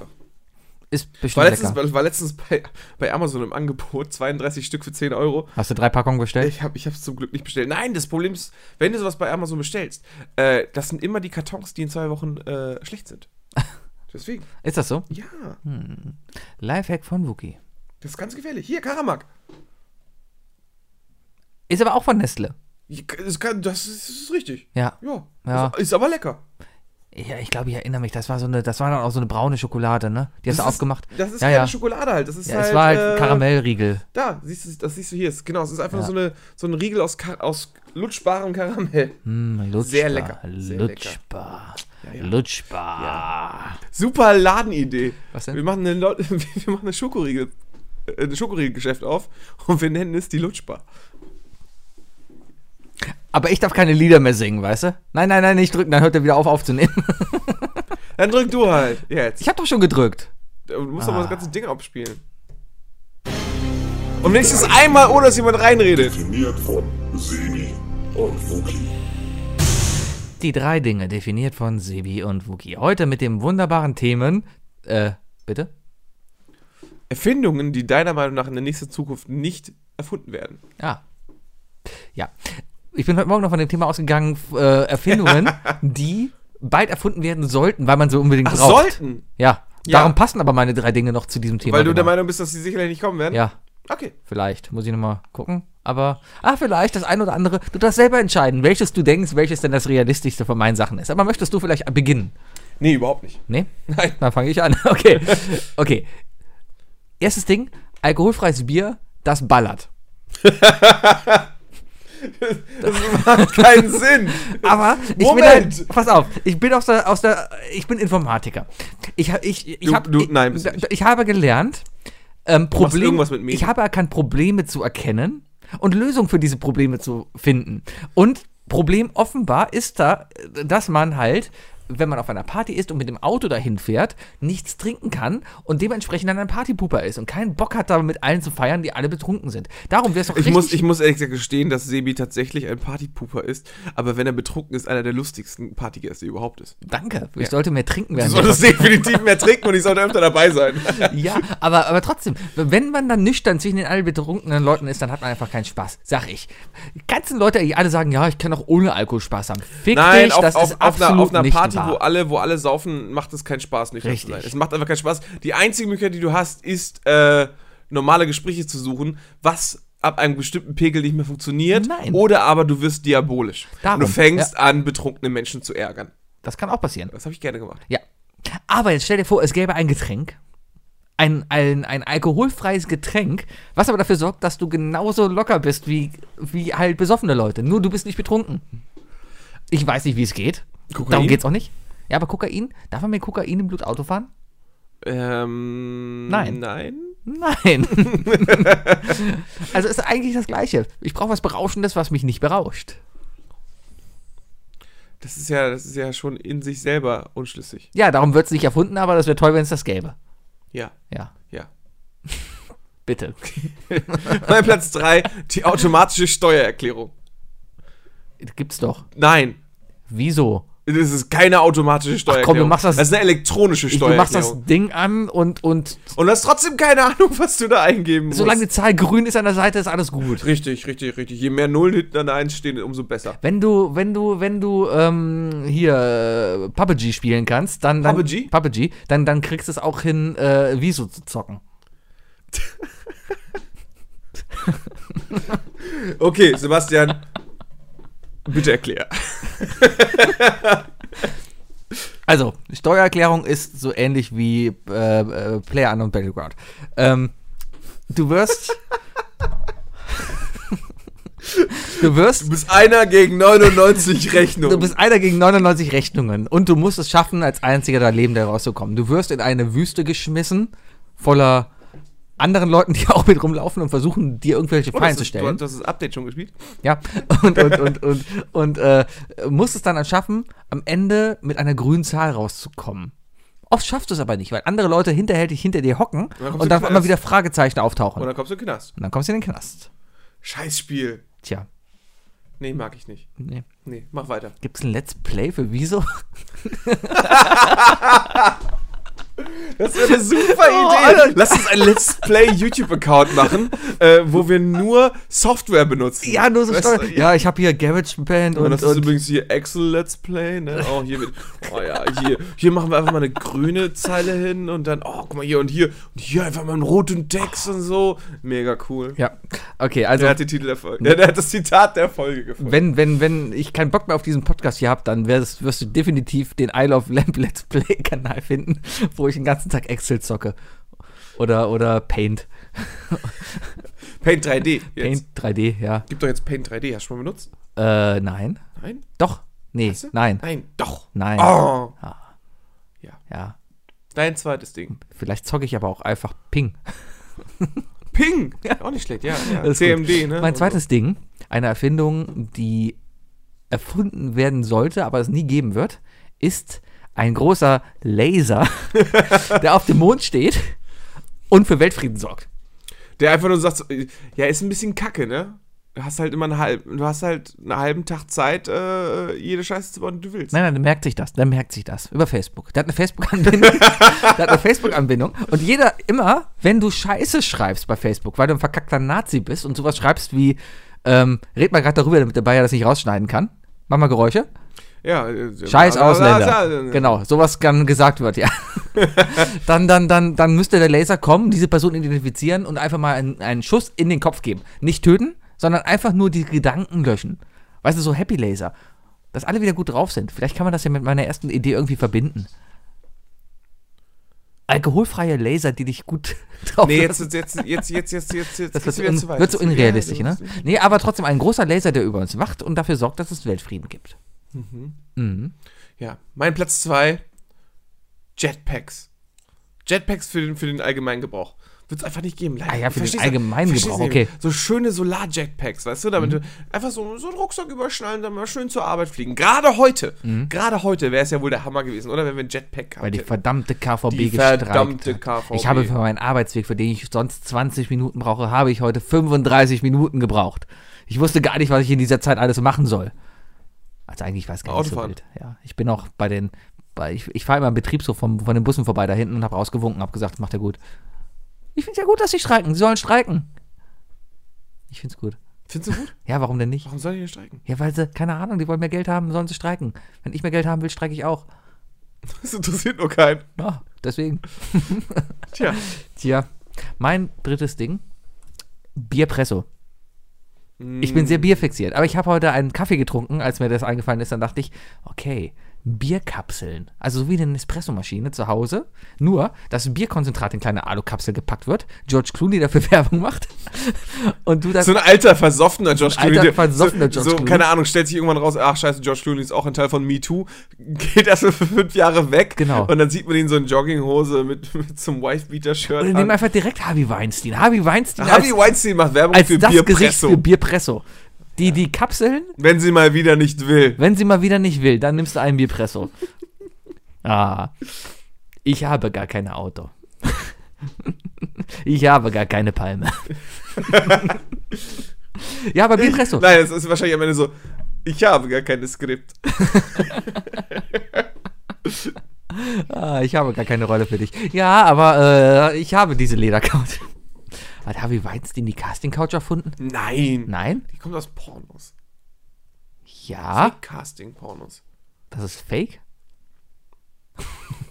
E: Ist
D: War
E: bestimmt
D: letztens,
E: lecker.
D: war letztens bei, bei Amazon im Angebot 32 Stück für 10 Euro.
E: Hast du drei Packungen bestellt?
D: Ich habe ich hab's zum Glück nicht bestellt. Nein, das Problem ist, wenn du sowas bei Amazon bestellst, äh, das sind immer die Kartons, die in zwei Wochen äh, schlecht sind. Deswegen.
E: Ist das so?
D: Ja,
E: Hm. Lifehack von Wookie.
D: das ist ganz gefährlich. Hier, Karamak.
E: Ist aber auch von Nestle.
D: Ich- Das, kann, das, ist, das ist richtig.
E: Ja.
D: Ja.
E: Ja.
D: Ist, ist aber lecker.
E: Ja, ich glaube, ich erinnere mich. Das war so eine, das war dann auch so eine braune Schokolade, ne? Die hast
D: Das
E: du
D: ist-
E: aufgemacht.
D: Das ist
E: ja,
D: keine
E: ja.
D: Schokolade halt. Das ist
E: ja,
D: halt.
E: es war halt ein
D: äh,
E: Karamellriegel.
D: Da, siehst du, das siehst du hier. Es- Genau, es ist einfach nur so, eine, so ein Riegel aus, Kar aus lutschbarem Karamell.
E: Mm, lutschbar,
D: Sehr lecker, sehr lecker.
E: Lutschbar. Lutschbar.
D: Super Ladenidee.
E: Was denn?
D: Wir machen eine, Lo- wir machen eine Schokoriegel, äh, ein Schokoriegelgeschäft auf und wir nennen es die Lutschbar.
E: Aber ich darf keine Lieder mehr singen, weißt du? Nein, nein, nein, nicht drücken, dann hört er wieder auf aufzunehmen.
D: Dann drück du halt. Jetzt.
E: Ich Ah. habe doch schon gedrückt.
D: Du musst aber das ganze Ding abspielen. Und nächstes einmal, ohne dass jemand reinredet.
G: Definiert von Sebi und Wookie.
E: Die drei Dinge, definiert von Sebi und Wookie. Heute mit dem wunderbaren Themen. Äh, bitte?
D: Erfindungen, die deiner Meinung nach in der nächsten Zukunft nicht erfunden werden.
E: Ja. Ah. Ja. Ich bin heute Morgen noch von dem Thema ausgegangen, f- äh, Erfindungen, die bald erfunden werden sollten, weil man sie unbedingt braucht.
D: sollten.
E: Ja.
D: Ja.
E: Darum passen aber meine drei Dinge noch zu diesem Thema.
D: Weil du der
E: genau.
D: Meinung bist, dass sie sicherlich nicht kommen werden?
E: Ja,
D: Okay.
E: vielleicht. Muss ich nochmal gucken. Aber, ah, vielleicht das ein oder andere. Du darfst selber entscheiden, welches du denkst, welches denn das realistischste von meinen Sachen ist. Aber möchtest du vielleicht beginnen?
D: Nee, überhaupt nicht.
E: Nee?
D: Nein.
E: Dann fange ich an. Okay. Okay. Erstes Ding: alkoholfreies Bier, das ballert.
D: Keinen Sinn.
E: Aber ich
D: Moment!
E: bin ein, pass auf, ich bin aus der, aus der ich bin Informatiker. Ich ha- ich ich,
D: Du-
E: hab,
D: du-
E: ich,
D: nein, bist du nicht.
E: ich habe gelernt, ähm, Problem,
D: irgendwas mit Medien.
E: ich habe erkannt Probleme zu erkennen und Lösungen für diese Probleme zu finden. Und Problem offenbar ist da, dass man halt wenn man auf einer Party ist und mit dem Auto dahin fährt, nichts trinken kann und dementsprechend dann ein Partypooper ist und keinen Bock hat, da mit allen zu feiern, die alle betrunken sind. Darum wäre es doch
D: Ich muss, ich muss ehrlich gesagt gestehen, dass Sebi tatsächlich ein Partypooper ist, aber wenn er betrunken ist, einer der lustigsten Partygäste überhaupt ist.
E: danke. Ich sollte mehr trinken werden.
D: Du solltest definitiv mehr trinken und ich sollte öfter dabei sein.
E: Ja, aber, aber trotzdem, wenn man dann nüchtern zwischen den all betrunkenen Leuten ist, dann hat man einfach keinen Spaß, sag ich. Die ganzen Leute, die alle sagen, ja, ich kann auch ohne Alkohol Spaß haben. Fick
D: Nein,
E: dich,
D: auf,
E: das
D: auf,
E: ist
D: auf,
E: absolut
D: einer, auf einer
E: nicht
D: Party,
E: wahr.
D: wo alle, wo alle saufen, macht es keinen Spaß, nicht
E: Richtig.
D: Es macht einfach keinen Spaß. Die einzige Möglichkeit, die du hast, ist, äh, normale Gespräche zu suchen, was ab einem bestimmten Pegel nicht mehr funktioniert.
E: Nein.
D: Oder aber du wirst diabolisch.
E: Darum,
D: und du fängst an, betrunkene Menschen zu ärgern.
E: Das kann auch passieren.
D: Das habe ich gerne gemacht.
E: Ja. Aber jetzt stell dir vor, es gäbe ein Getränk, ein, ein, ein alkoholfreies Getränk, was aber dafür sorgt, dass du genauso locker bist wie, wie halt besoffene Leute. Nur du bist nicht betrunken. Ich weiß nicht, wie es geht.
D: Kokain?
E: Darum geht's auch nicht. Ja, aber Kokain, darf man mit Kokain im Blut Auto fahren?
D: Ähm,
E: Nein.
D: Nein?
E: Nein. also ist eigentlich das Gleiche. Ich brauche was Berauschendes, was mich nicht berauscht.
D: Das ist ja, das ist ja schon in sich selber unschlüssig.
E: Ja, darum wird es nicht erfunden, aber das wäre toll, wenn es das gäbe.
D: Ja,
E: Ja,
D: ja.
E: bitte.
D: mein Platz 3, die automatische Steuererklärung.
E: Gibt's doch.
D: Nein,
E: Wieso?
D: das ist keine automatische Steuererklärung.
E: du machst das-
D: das ist eine elektronische
E: Ich, du machst das
D: Steuererklärung.
E: Ding an und, und
D: Und hast trotzdem keine Ahnung, was du da eingeben musst.
E: solange die Zahl grün ist an der Seite, ist alles gut.
D: richtig, richtig, richtig. Je mehr Nullen hinten an der 1 stehen, umso besser.
E: Wenn du, wenn du, wenn du ähm, hier äh, PUBG spielen kannst, dann, dann
D: PUBG?
E: PUBG, dann, dann kriegst du es auch hin, äh, Wieso zu zocken.
D: Okay, Sebastian, bitte erklär.
E: Also, Steuererklärung ist so ähnlich wie äh, äh, Player und Battleground. Ähm, du wirst. du wirst.
D: Du bist einer gegen 99 Rechnungen. Oh,
E: Du bist einer gegen 99 Rechnungen und du musst es schaffen, als einziger da lebend herauszukommen. Du wirst in eine Wüste geschmissen, voller anderen Leuten, die auch mit rumlaufen und versuchen, dir irgendwelche
D: Oh,
E: Fallen
D: das
E: zu
D: ist-
E: stellen.
D: Du hast das Update schon gespielt?
E: Ja, und, und, und, und, und äh, muss es dann dann schaffen, am Ende mit einer grünen Zahl rauszukommen. Oft schaffst du es aber nicht, weil andere Leute hinterhältig hinter dir hocken
D: dann kommst du
E: und dann
D: in den
E: immer
D: Knast.
E: wieder Fragezeichen auftauchen.
D: Und dann kommst du in den Knast.
E: und dann kommst du in den Knast.
D: Scheiß Spiel.
E: Tja,
D: Nee, mag ich nicht.
E: nee.
D: Nee, mach weiter.
E: Gibt's ein Let's Play für Wieso?
D: Das wäre eine super Idee. Oh, Lass uns einen Let's Play YouTube-Account machen, äh, wo wir nur Software benutzen.
E: Ja, nur so
D: Weißt
E: Steuer.
D: du,
E: Ja, ich habe hier GarageBand
D: Und
E: und,
D: das ist übrigens hier Excel Let's Play, ne? Oh, hier mit, oh ja, hier, hier machen wir einfach mal eine grüne Zeile hin und dann, oh, guck mal hier und hier und hier einfach mal einen roten Text und so. Mega cool.
E: ja. Okay, also
D: Der hat die Titel der Folge, der, der hat das Zitat der Folge gefunden.
E: wenn, wenn, wenn ich keinen Bock mehr auf diesen Podcast hier habe, dann wirst, wirst du definitiv den I Love Lamp Let's Play Kanal finden, wo ich den ganzen Tag Excel zocke. Oder, oder Paint.
D: Paint 3D. Jetzt.
E: Paint 3D, ja.
D: Gibt doch jetzt Paint 3D. Hast du schon mal benutzt?
E: Äh, nein.
D: Nein?
E: Doch. Nee,
D: Hast du?
E: nein.
D: Nein, doch.
E: Nein.
D: Oh.
E: Ja.
D: Dein zweites Ding.
E: Vielleicht zocke ich aber auch einfach Ping.
D: Ping. Auch nicht schlecht, ja. ja.
E: Das ist gut.
D: CMD, ne?
E: Mein zweites Ding, eine Erfindung, die erfunden werden sollte, aber es nie geben wird, ist ein großer Laser, der auf dem Mond steht und für Weltfrieden sorgt.
D: Der einfach nur sagt, so, äh, ja, ist ein bisschen kacke, ne? Du hast halt immer einen halben, du hast halt einen halben Tag Zeit, äh, jede Scheiße zu bauen, die du willst.
E: Nein, nein, der merkt sich das, der merkt sich das über Facebook. Der hat eine Facebook-Anbindung. der hat eine Facebook-Anbindung. Und jeder immer, wenn du Scheiße schreibst bei Facebook, weil du ein verkackter Nazi bist und sowas schreibst wie, ähm, red mal gerade darüber, damit der Bayer das nicht rausschneiden kann. Mach mal Geräusche.
D: Ja, äh,
E: Scheiß
D: aber- aber-
E: Ausländer.
D: aber-
E: Genau, sowas kann gesagt wird, ja. dann, dann, dann, dann müsste der Laser kommen, diese Person identifizieren und einfach mal einen, einen Schuss in den Kopf geben. Nicht töten, sondern einfach nur die Gedanken löschen. Weißt du, so Happy Laser. Dass alle wieder gut drauf sind. Vielleicht kann man das ja mit meiner ersten Idee irgendwie verbinden. Alkoholfreie Laser, die dich gut drauf
D: Nee,
E: lassen.
D: jetzt, jetzt, jetzt, jetzt, jetzt, jetzt, jetzt,
E: Das
D: ist
E: wird,
D: wieder
E: un,
D: zu weit.
E: wird so unrealistisch,
D: Ja,
E: ne?
D: das ist-
E: Nee, aber trotzdem ein großer Laser, der über uns wacht und dafür sorgt, dass es Weltfrieden gibt.
D: Ja, mein Platz zwei, Jetpacks. Jetpacks für den, für den allgemeinen Gebrauch. Wird es einfach nicht geben, leider.
E: Ah ja,
D: Ich
E: für den
D: versteh's-
E: allgemeinen
D: versteh's
E: Gebrauch,
D: nicht.
E: okay. Mhm.
D: So schöne Solar-Jetpacks, weißt du, damit du einfach so, so einen Rucksack überschnallen, dann mal schön zur Arbeit fliegen. Gerade heute, gerade heute wäre es ja wohl der Hammer gewesen, oder? Wenn wir einen Jetpack
E: Mhm. Weil die
D: hätten.
E: verdammte KVB
D: Die
E: gestreikt
D: verdammte
E: hat.
D: KVB.
E: Ich habe für meinen Arbeitsweg, für den ich sonst 20 Minuten brauche, habe ich heute 35 Minuten gebraucht. Ich wusste gar nicht, was ich in dieser Zeit alles machen soll. Also eigentlich weiß ich gar nicht so
D: Autofahren.
E: wild. Ja, ich bin auch bei den, bei, ich, ich fahre immer im Betriebshof vom, von den Bussen vorbei da hinten und habe rausgewunken, habe gesagt, das macht er gut. Ich finde es ja gut, dass sie streiken. Sie sollen streiken. Ich finde es gut.
D: Findest du gut?
E: Ja, warum denn nicht?
D: Warum sollen die denn streiken?
E: Ja, weil sie, keine Ahnung, die wollen mehr Geld haben, sollen sie streiken. Wenn ich mehr Geld haben will, streike ich auch.
D: Das interessiert nur keinen.
E: Ja, deswegen.
D: Tja.
E: Tja, mein drittes Ding: Bierpresso. Ich bin
D: Mm.
E: sehr bierfixiert, aber ich habe heute einen Kaffee getrunken, als mir das eingefallen ist. Dann dachte ich, okay, Bierkapseln. Also so wie eine Espressomaschine zu Hause, nur dass Bierkonzentrat in kleine Alukapsel gepackt wird, George Clooney dafür Werbung macht und du das.
D: So ein alter, versoffener Josh
E: Ein alter,
D: Clooney. der-
E: versoffener
D: so,
E: George
D: so,
E: Clooney.
D: Keine Ahnung, stellt sich irgendwann raus, ach scheiße, Josh Clooney ist auch ein Teil von Me Too. Geht erstmal für fünf Jahre weg.
E: Genau.
D: Und dann sieht man ihn so in Jogginghose mit, mit so einem Wife-Beater-Shirt
E: oder nimm
D: an.
E: einfach direkt Harvey Weinstein. Harvey Weinstein
D: äh, Harvey Weinstein macht Werbung
E: als,
D: für
E: als das Gesicht
D: Bierpresso.
E: für Bierpresso. Die, die Kapseln
D: Wenn sie mal wieder nicht will.
E: Wenn sie mal wieder nicht will, dann nimmst du einen Bierpresso. Ah. Ich habe gar kein Auto. Ich habe gar keine Palme. ja, aber Bierpresso.
D: Nein, es ist wahrscheinlich am Ende so, ich habe gar kein Skript.
E: Ah, ich habe gar keine Rolle für dich. Ja, aber äh, ich habe diese Ledercouch. Hat Harvey Weinstein die Casting-Couch erfunden?
D: Nein.
E: Nein?
D: Die kommt aus Pornos.
E: Ja,
D: Casting-Pornos.
E: das ist fake.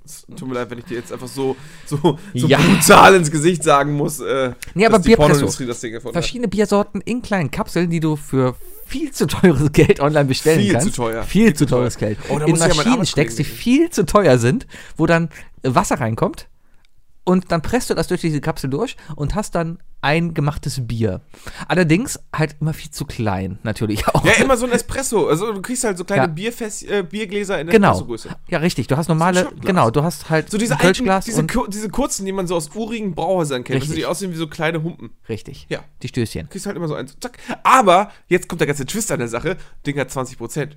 D: Es Tut mir leid, wenn ich dir jetzt einfach so, so, so
E: Ja.
D: brutal ins Gesicht sagen muss, äh,
E: Nee, aber
D: dass die
E: Bierpresso.
D: Pornoindustrie das Ding erfunden hat.
E: Verschiedene Biersorten in kleinen Kapseln, die du für viel zu teures Geld online bestellen
D: Viel zu
E: kannst.
D: teuer.
E: Viel
D: Viel
E: zu
D: zu
E: teures
D: teuer.
E: Geld.
D: Oh, da
E: in
D: muss ich ja meinen
E: Maschinen steckst, die viel zu teuer sind, wo dann äh, Wasser reinkommt und dann presst du das durch diese Kapsel durch und hast dann eingemachtes Bier. Allerdings halt immer viel zu klein, natürlich auch.
D: Ja, immer so ein Espresso. Also du kriegst halt so kleine
E: Ja.
D: Bierfäss, äh, Biergläser in der
E: genau.
D: Espresso-Größe.
E: Ja, richtig. Du hast normale,
D: Schottglas.
E: genau, du hast halt
D: So diese
E: ein
D: alten,
E: Kölschglas
D: diese,
E: und,
D: kur- diese kurzen, die man so aus urigen Brauhäusern kennt. Also
E: Richtig.
D: die aussehen wie so kleine Humpen.
E: richtig.
D: Ja.
E: Die Stößchen.
D: Du kriegst halt immer so eins. Zack. Aber jetzt kommt der ganze Twist an der Sache. Ding hat 20%.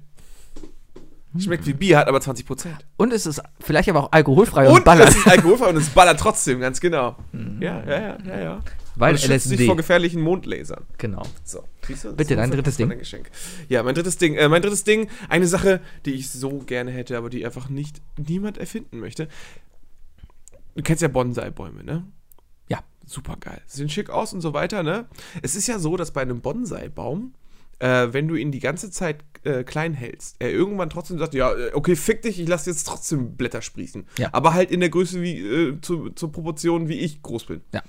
E: Hm.
D: Schmeckt wie Bier, hat aber 20%.
E: Und es ist vielleicht aber auch alkoholfrei und,
D: Und
E: Äh, ballert, Hm.
D: es ist alkoholfrei und es ballert trotzdem, ganz genau. Ja, ja, ja, ja, ja.
E: weil
D: Und es schützt dich
E: LSD.
D: vor gefährlichen Mondlasern.
E: Genau.
D: So, siehst du? Das
E: Bitte,
D: ist
E: dein
D: unser-
E: drittes
D: das war
E: Ding.
D: dein Geschenk. Ja, mein drittes Ding. Äh, mein drittes Ding, eine Sache, die ich so gerne hätte, aber die einfach nicht niemand erfinden möchte. du kennst ja Bonsai-Bäume, ne?
E: Ja.
D: Super geil. Sehen schick aus und so weiter, ne? Es ist ja so, dass bei einem Bonsai-Baum, äh, wenn du ihn die ganze Zeit äh, klein hältst, er irgendwann trotzdem sagt, ja, äh, okay, fick dich, ich lass jetzt trotzdem Blätter sprießen.
E: Ja.
D: Aber halt in der Größe wie, äh, zu, zur Proportion, wie ich groß bin.
E: Ja.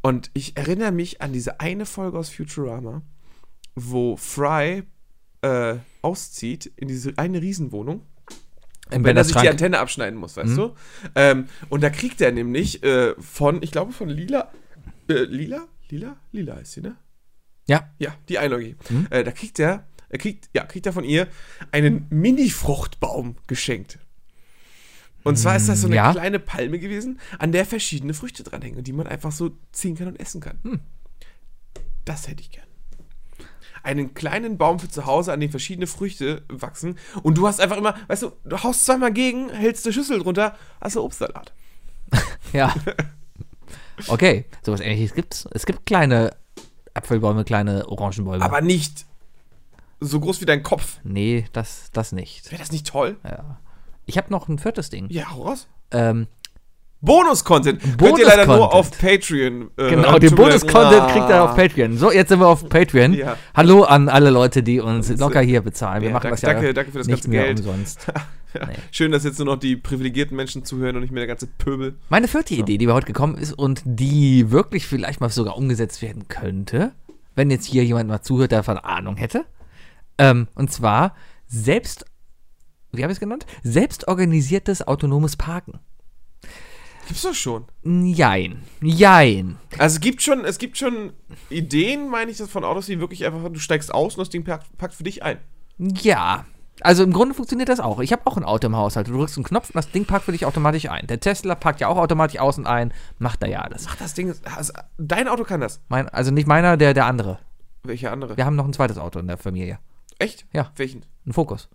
D: Und ich erinnere mich an diese eine Folge aus Futurama, wo Fry äh, auszieht in diese eine Riesenwohnung
E: Im
D: wenn er sich die
E: Benderschrank.
D: Antenne abschneiden muss, weißt du? Ähm, und da kriegt er nämlich äh, von, ich glaube von Lila, äh, Lila? Lila? Lila ist sie, ne?
E: Ja.
D: Ja, die Einäugige. Äh, da kriegt er, er kriegt, ja, kriegt er von ihr einen Mini-Fruchtbaum geschenkt. Und zwar ist das so eine
E: ja.
D: kleine Palme gewesen, an der verschiedene Früchte dranhängen, und die man einfach so ziehen kann und essen kann. Das hätte ich gern. Einen kleinen Baum für zu Hause, an dem verschiedene Früchte wachsen. Und du hast einfach immer, weißt du, du haust zweimal gegen, hältst eine Schüssel drunter, hast du Obstsalat.
E: Ja. Okay, sowas ähnliches gibt's. Es gibt kleine Apfelbäume, kleine Orangenbäume.
D: Aber nicht so groß wie dein Kopf.
E: nee, das, das nicht.
D: Wäre das nicht toll?
E: Ich habe noch ein viertes Ding.
D: Ja, hau raus.
E: Ähm,
D: Bonus-Content. Könnt ihr leider nur
E: Bonus-Content.
D: auf Patreon. äh,
E: Genau,
D: hören.
E: den
D: Tut mir leid.
E: Bonus-Content
D: Ah.
E: kriegt er auf Patreon. So, jetzt sind wir auf Patreon.
D: Ja.
E: Hallo an alle Leute, die uns locker hier bezahlen. Wir
D: ja,
E: machen
D: danke-
E: das ja
D: danke- danke für das
E: nicht
D: ganze
E: mehr
D: Geld.
E: umsonst.
D: Ja. Schön, dass jetzt nur noch die privilegierten Menschen zuhören und nicht mehr der ganze Pöbel.
E: Meine vierte Idee, die mir heute gekommen ist und die wirklich vielleicht mal sogar umgesetzt werden könnte, wenn jetzt hier jemand mal zuhört, der von Ahnung hätte. Ähm, und zwar selbst, wie habe ich es genannt? Selbstorganisiertes autonomes Parken.
D: Gibt's doch schon.
E: Jein. Jein.
D: Also es gibt schon, es gibt schon Ideen, meine ich, das von Autos, die wirklich einfach, du steigst aus und das Ding packt, packt für dich ein.
E: Ja. Also im Grunde funktioniert das auch. Ich habe auch ein Auto im Haushalt. Du drückst einen Knopf und das Ding parkt für dich automatisch ein. Der Tesla parkt ja auch automatisch aus und ein. Macht er ja alles.
D: Ach, das Ding ist. Also, dein Auto kann das.
E: Mein, also nicht meiner, der, der andere.
D: Welche andere?
E: Wir haben noch ein zweites Auto in der Familie.
D: Echt?
E: Ja.
D: Welchen?
E: Ein Fokus.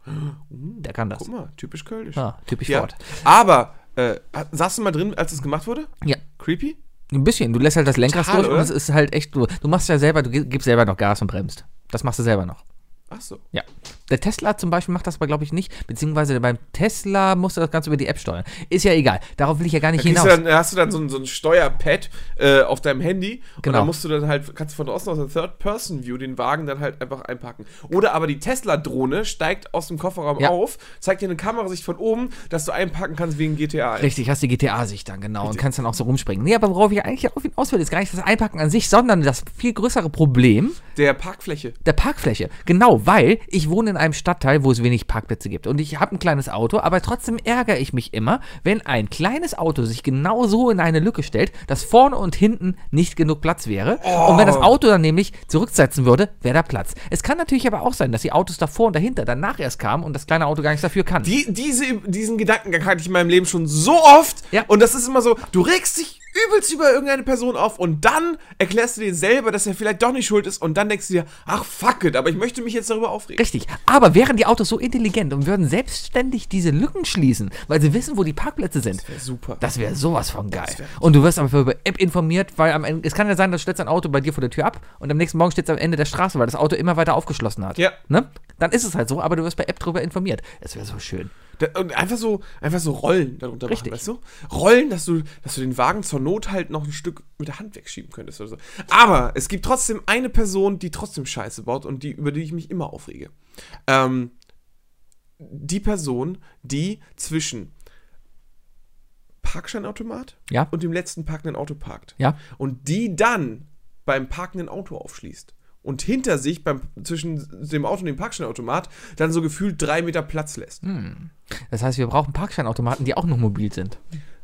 E: Der kann das.
D: Guck mal, typisch Kölnisch.
E: Ah, typisch
D: Ja.
E: Ford.
D: Aber, äh, saß du mal drin, als das gemacht wurde?
E: Ja.
D: Creepy?
E: Ein bisschen. Du lässt halt das Lenkrad
D: Total,
E: durch und
D: oder?
E: es ist halt echt. Du, du machst ja selber, du gibst selber noch Gas und bremst. Das machst du selber noch.
D: Ach so.
E: Ja. Der Tesla zum Beispiel macht das aber, glaube ich, nicht. Beziehungsweise beim Tesla musst du das Ganze über die App steuern. Ist ja egal. Darauf will ich ja gar nicht
D: Kriegst
E: hinaus.
D: du dann, hast du dann so ein, so ein Steuerpad äh, auf deinem Handy und
E: Genau.
D: dann musst du dann halt, kannst du von außen aus der Third-Person-View den Wagen dann halt einfach einpacken. Oder aber die Tesla-Drohne steigt aus dem Kofferraum
E: Ja.
D: auf, zeigt dir eine Kamerasicht von oben, dass du einpacken kannst wegen GTA.
E: Richtig, hast die GTA-Sicht dann, genau. Und kannst dann auch so rumspringen. Nee, aber worauf ich eigentlich auf ihn auswähle, ist gar nicht das Einpacken an sich, sondern das viel größere Problem
D: Der Parkfläche.
E: der Parkfläche. Genau, weil ich wohne in einem Stadtteil, wo es wenig Parkplätze gibt. Und ich habe ein kleines Auto, aber trotzdem ärgere ich mich immer, wenn ein kleines Auto sich genau so in eine Lücke stellt, dass vorne und hinten nicht genug Platz wäre. Und wenn das Auto dann nämlich zurücksetzen würde, wäre da Platz. Es kann natürlich aber auch sein, dass die Autos davor und dahinter danach erst kamen und das kleine Auto gar nichts dafür kann.
D: Die, diese, diesen Gedankengang hatte ich in meinem Leben schon so oft.
E: Ja.
D: Und das ist immer so, du regst dich übelst über irgendeine Person auf und dann erklärst du dir selber, dass er vielleicht doch nicht schuld ist und dann denkst du dir, ach fuck it, aber ich möchte mich jetzt darüber aufregen.
E: Richtig. Aber wären die Autos so intelligent und würden selbstständig diese Lücken schließen, weil sie wissen, wo die Parkplätze sind.
D: Super.
E: Das wäre sowas von geil. Und du wirst aber über App informiert, weil am Ende, es kann ja sein, dass stellst ein Auto bei dir vor der Tür ab und am nächsten Morgen steht es am Ende der Straße, weil das Auto immer weiter aufgeschlossen hat.
D: Ja.
E: Ne? Dann ist es halt so, aber du wirst bei App drüber informiert. Das wäre so schön.
D: Da- Und einfach so, einfach so Rollen darunter machen,
E: Richtig.
D: weißt du? Rollen, dass du, dass du den Wagen zur Not halt noch ein Stück mit der Hand wegschieben könntest oder so. Aber es gibt trotzdem eine Person, die trotzdem Scheiße baut und die, über die ich mich immer aufrege. Ähm, die Person, die zwischen Parkscheinautomat
E: Ja.
D: und dem letzten parkenden Auto parkt.
E: Ja.
D: Und die dann beim parkenden Auto aufschließt. Und hinter sich, beim, zwischen dem Auto und dem Parkscheinautomat, dann so gefühlt drei Meter Platz lässt.
E: Das heißt, wir brauchen Parkscheinautomaten, die auch noch mobil sind.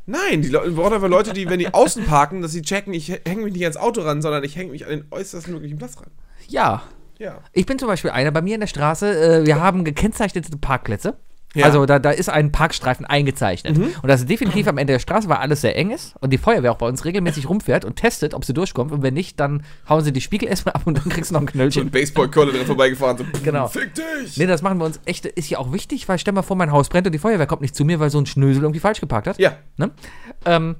D: Nein, die Leute, wir brauchen aber Leute, die, wenn die außen parken, dass sie checken, ich hänge mich nicht ans Auto ran, sondern ich hänge mich an den äußersten möglichen Platz ran.
E: Ja.
D: Ja.
E: Ich bin zum Beispiel einer, bei mir in der Straße, äh, wir haben gekennzeichnete Parkplätze.
D: Ja. Mhm.
E: Also da, da ist ein Parkstreifen eingezeichnet. Und das ist definitiv am Ende der Straße, weil alles sehr eng ist und die Feuerwehr auch bei uns regelmäßig rumfährt und testet, ob sie durchkommt. Und wenn nicht, dann hauen sie die Spiegel erstmal ab und dann kriegst du noch ein
D: So
E: Knöllchen.
D: ein Baseballkeule dran vorbeigefahren, so pff,
E: Genau.
D: fick dich!
E: Nee, das machen wir uns echt, ist ja auch wichtig, weil stell mal vor, mein Haus brennt und die Feuerwehr kommt nicht zu mir, weil so ein Schnösel irgendwie falsch geparkt hat.
D: Ja,
E: Ne? Ähm,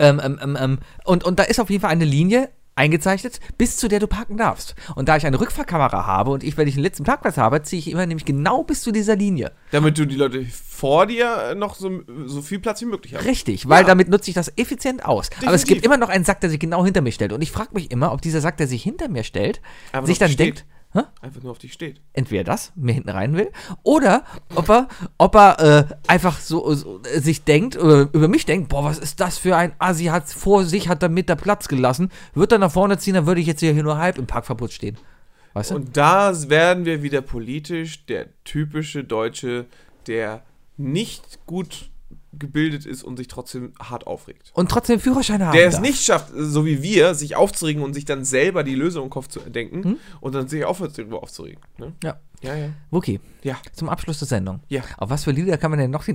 E: ähm, ähm, ähm, ähm. Und, und da ist auf jeden Fall eine Linie, eingezeichnet, bis zu der du parken darfst. Und da ich eine Rückfahrkamera habe und ich, wenn ich den letzten Parkplatz habe, ziehe ich immer nämlich genau bis zu dieser Linie.
D: Damit du die Leute vor dir äh, noch so, so viel Platz wie möglich hast.
E: Richtig, weil
D: Ja.
E: damit nutze ich das effizient aus. Aber es
D: Definitiv.
E: gibt immer noch einen Sack, der sich genau hinter mir stellt. Und ich frage mich immer, ob dieser Sack, der sich hinter mir stellt,
D: Aber
E: sich
D: doch
E: dann
D: steht.
E: denkt, Hä?
D: Einfach nur auf dich steht.
E: entweder das mir hinten rein will oder ob er, ob er äh, einfach so, so äh, sich denkt oder über mich denkt, boah, was ist das für ein Assi, hat vor sich, hat da mit der Platz gelassen, wird er nach vorne ziehen, dann würde ich jetzt hier nur halb im Parkverbot stehen. Weißt du?
D: Und da werden wir wieder politisch der typische Deutsche, der nicht gut gebildet ist und sich trotzdem hart aufregt.
E: Und trotzdem Führerscheine haben.
D: Der es
E: darf.
D: nicht schafft, so wie wir, sich aufzuregen und sich dann selber die Lösung im Kopf zu denken und dann sich aufhört, darüber aufzuregen. Ne?
E: Hm? Ja.
D: Ja, ja.
E: Wookie,
D: Ja.
E: zum Abschluss der Sendung.
D: Ja.
E: Auf was für Lieder kann man denn noch die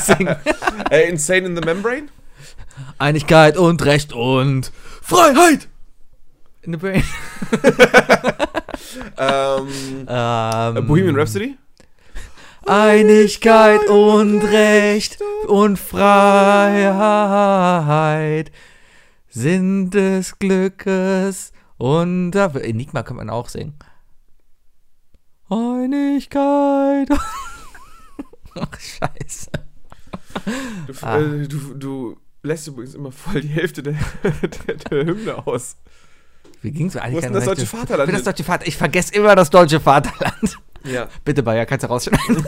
E: singen?
D: Äh, Insane in the Membrane?
E: Einigkeit und Recht und Freiheit! In the brain.
D: ähm,
E: Ähm,
D: Bohemian Rhapsody?
E: Einigkeit und Recht und Freiheit sind des Glückes und dafür. Enigma kann man auch singen. Einigkeit. Ach, scheiße.
D: Du, f-
E: Ah.
D: äh, du, du lässt übrigens immer voll die Hälfte der, der, der Hymne aus.
E: Wie ging's mir eigentlich?
D: Wo ist denn das deutsche
E: Für das
D: Vaterland?
E: deutsche Vaterland. Ich vergesse immer das deutsche Vaterland.
D: Ja.
E: Bitte, Bayer, kannst du rausschneiden.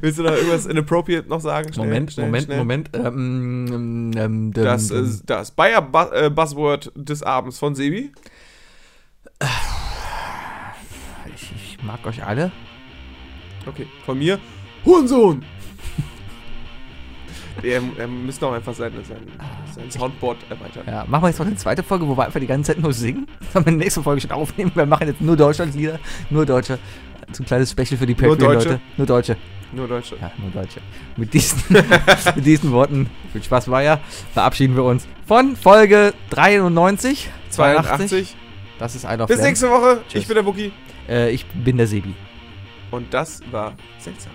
D: Willst du da irgendwas inappropriate noch sagen? Schnell, schnell, schnell.
E: Moment. Ähm, ähm,
D: Das ist das Bayer Bu- äh, Buzzword des Abends von Sebi.
E: ähm, Ich, ich mag euch alle.
D: Okay, von mir. Hurensohn! er, er müsste auch einfach sein, sein, sein Soundboard erweitern.
E: Ja, machen wir jetzt noch eine zweite Folge, wo wir einfach die ganze Zeit nur singen. Sollen wir die nächste Folge schon aufnehmen? Wir machen jetzt nur Deutschlandslieder, nur Deutsche. So ein kleines Special für die
D: Nur Deutsche?
E: Patreon-Leute. Nur Deutsche.
D: Nur Deutsche.
E: Ja, nur Deutsche. Mit diesen, mit diesen Worten, viel Spaß war ja, verabschieden wir uns von Folge 93, 82.
D: 82.
E: Das ist I Love
D: Bis
E: Lamp.
D: nächste Woche.
E: Tschüss.
D: Ich bin der Buki.
E: Äh, ich bin der Sebi.
D: Und das war seltsam.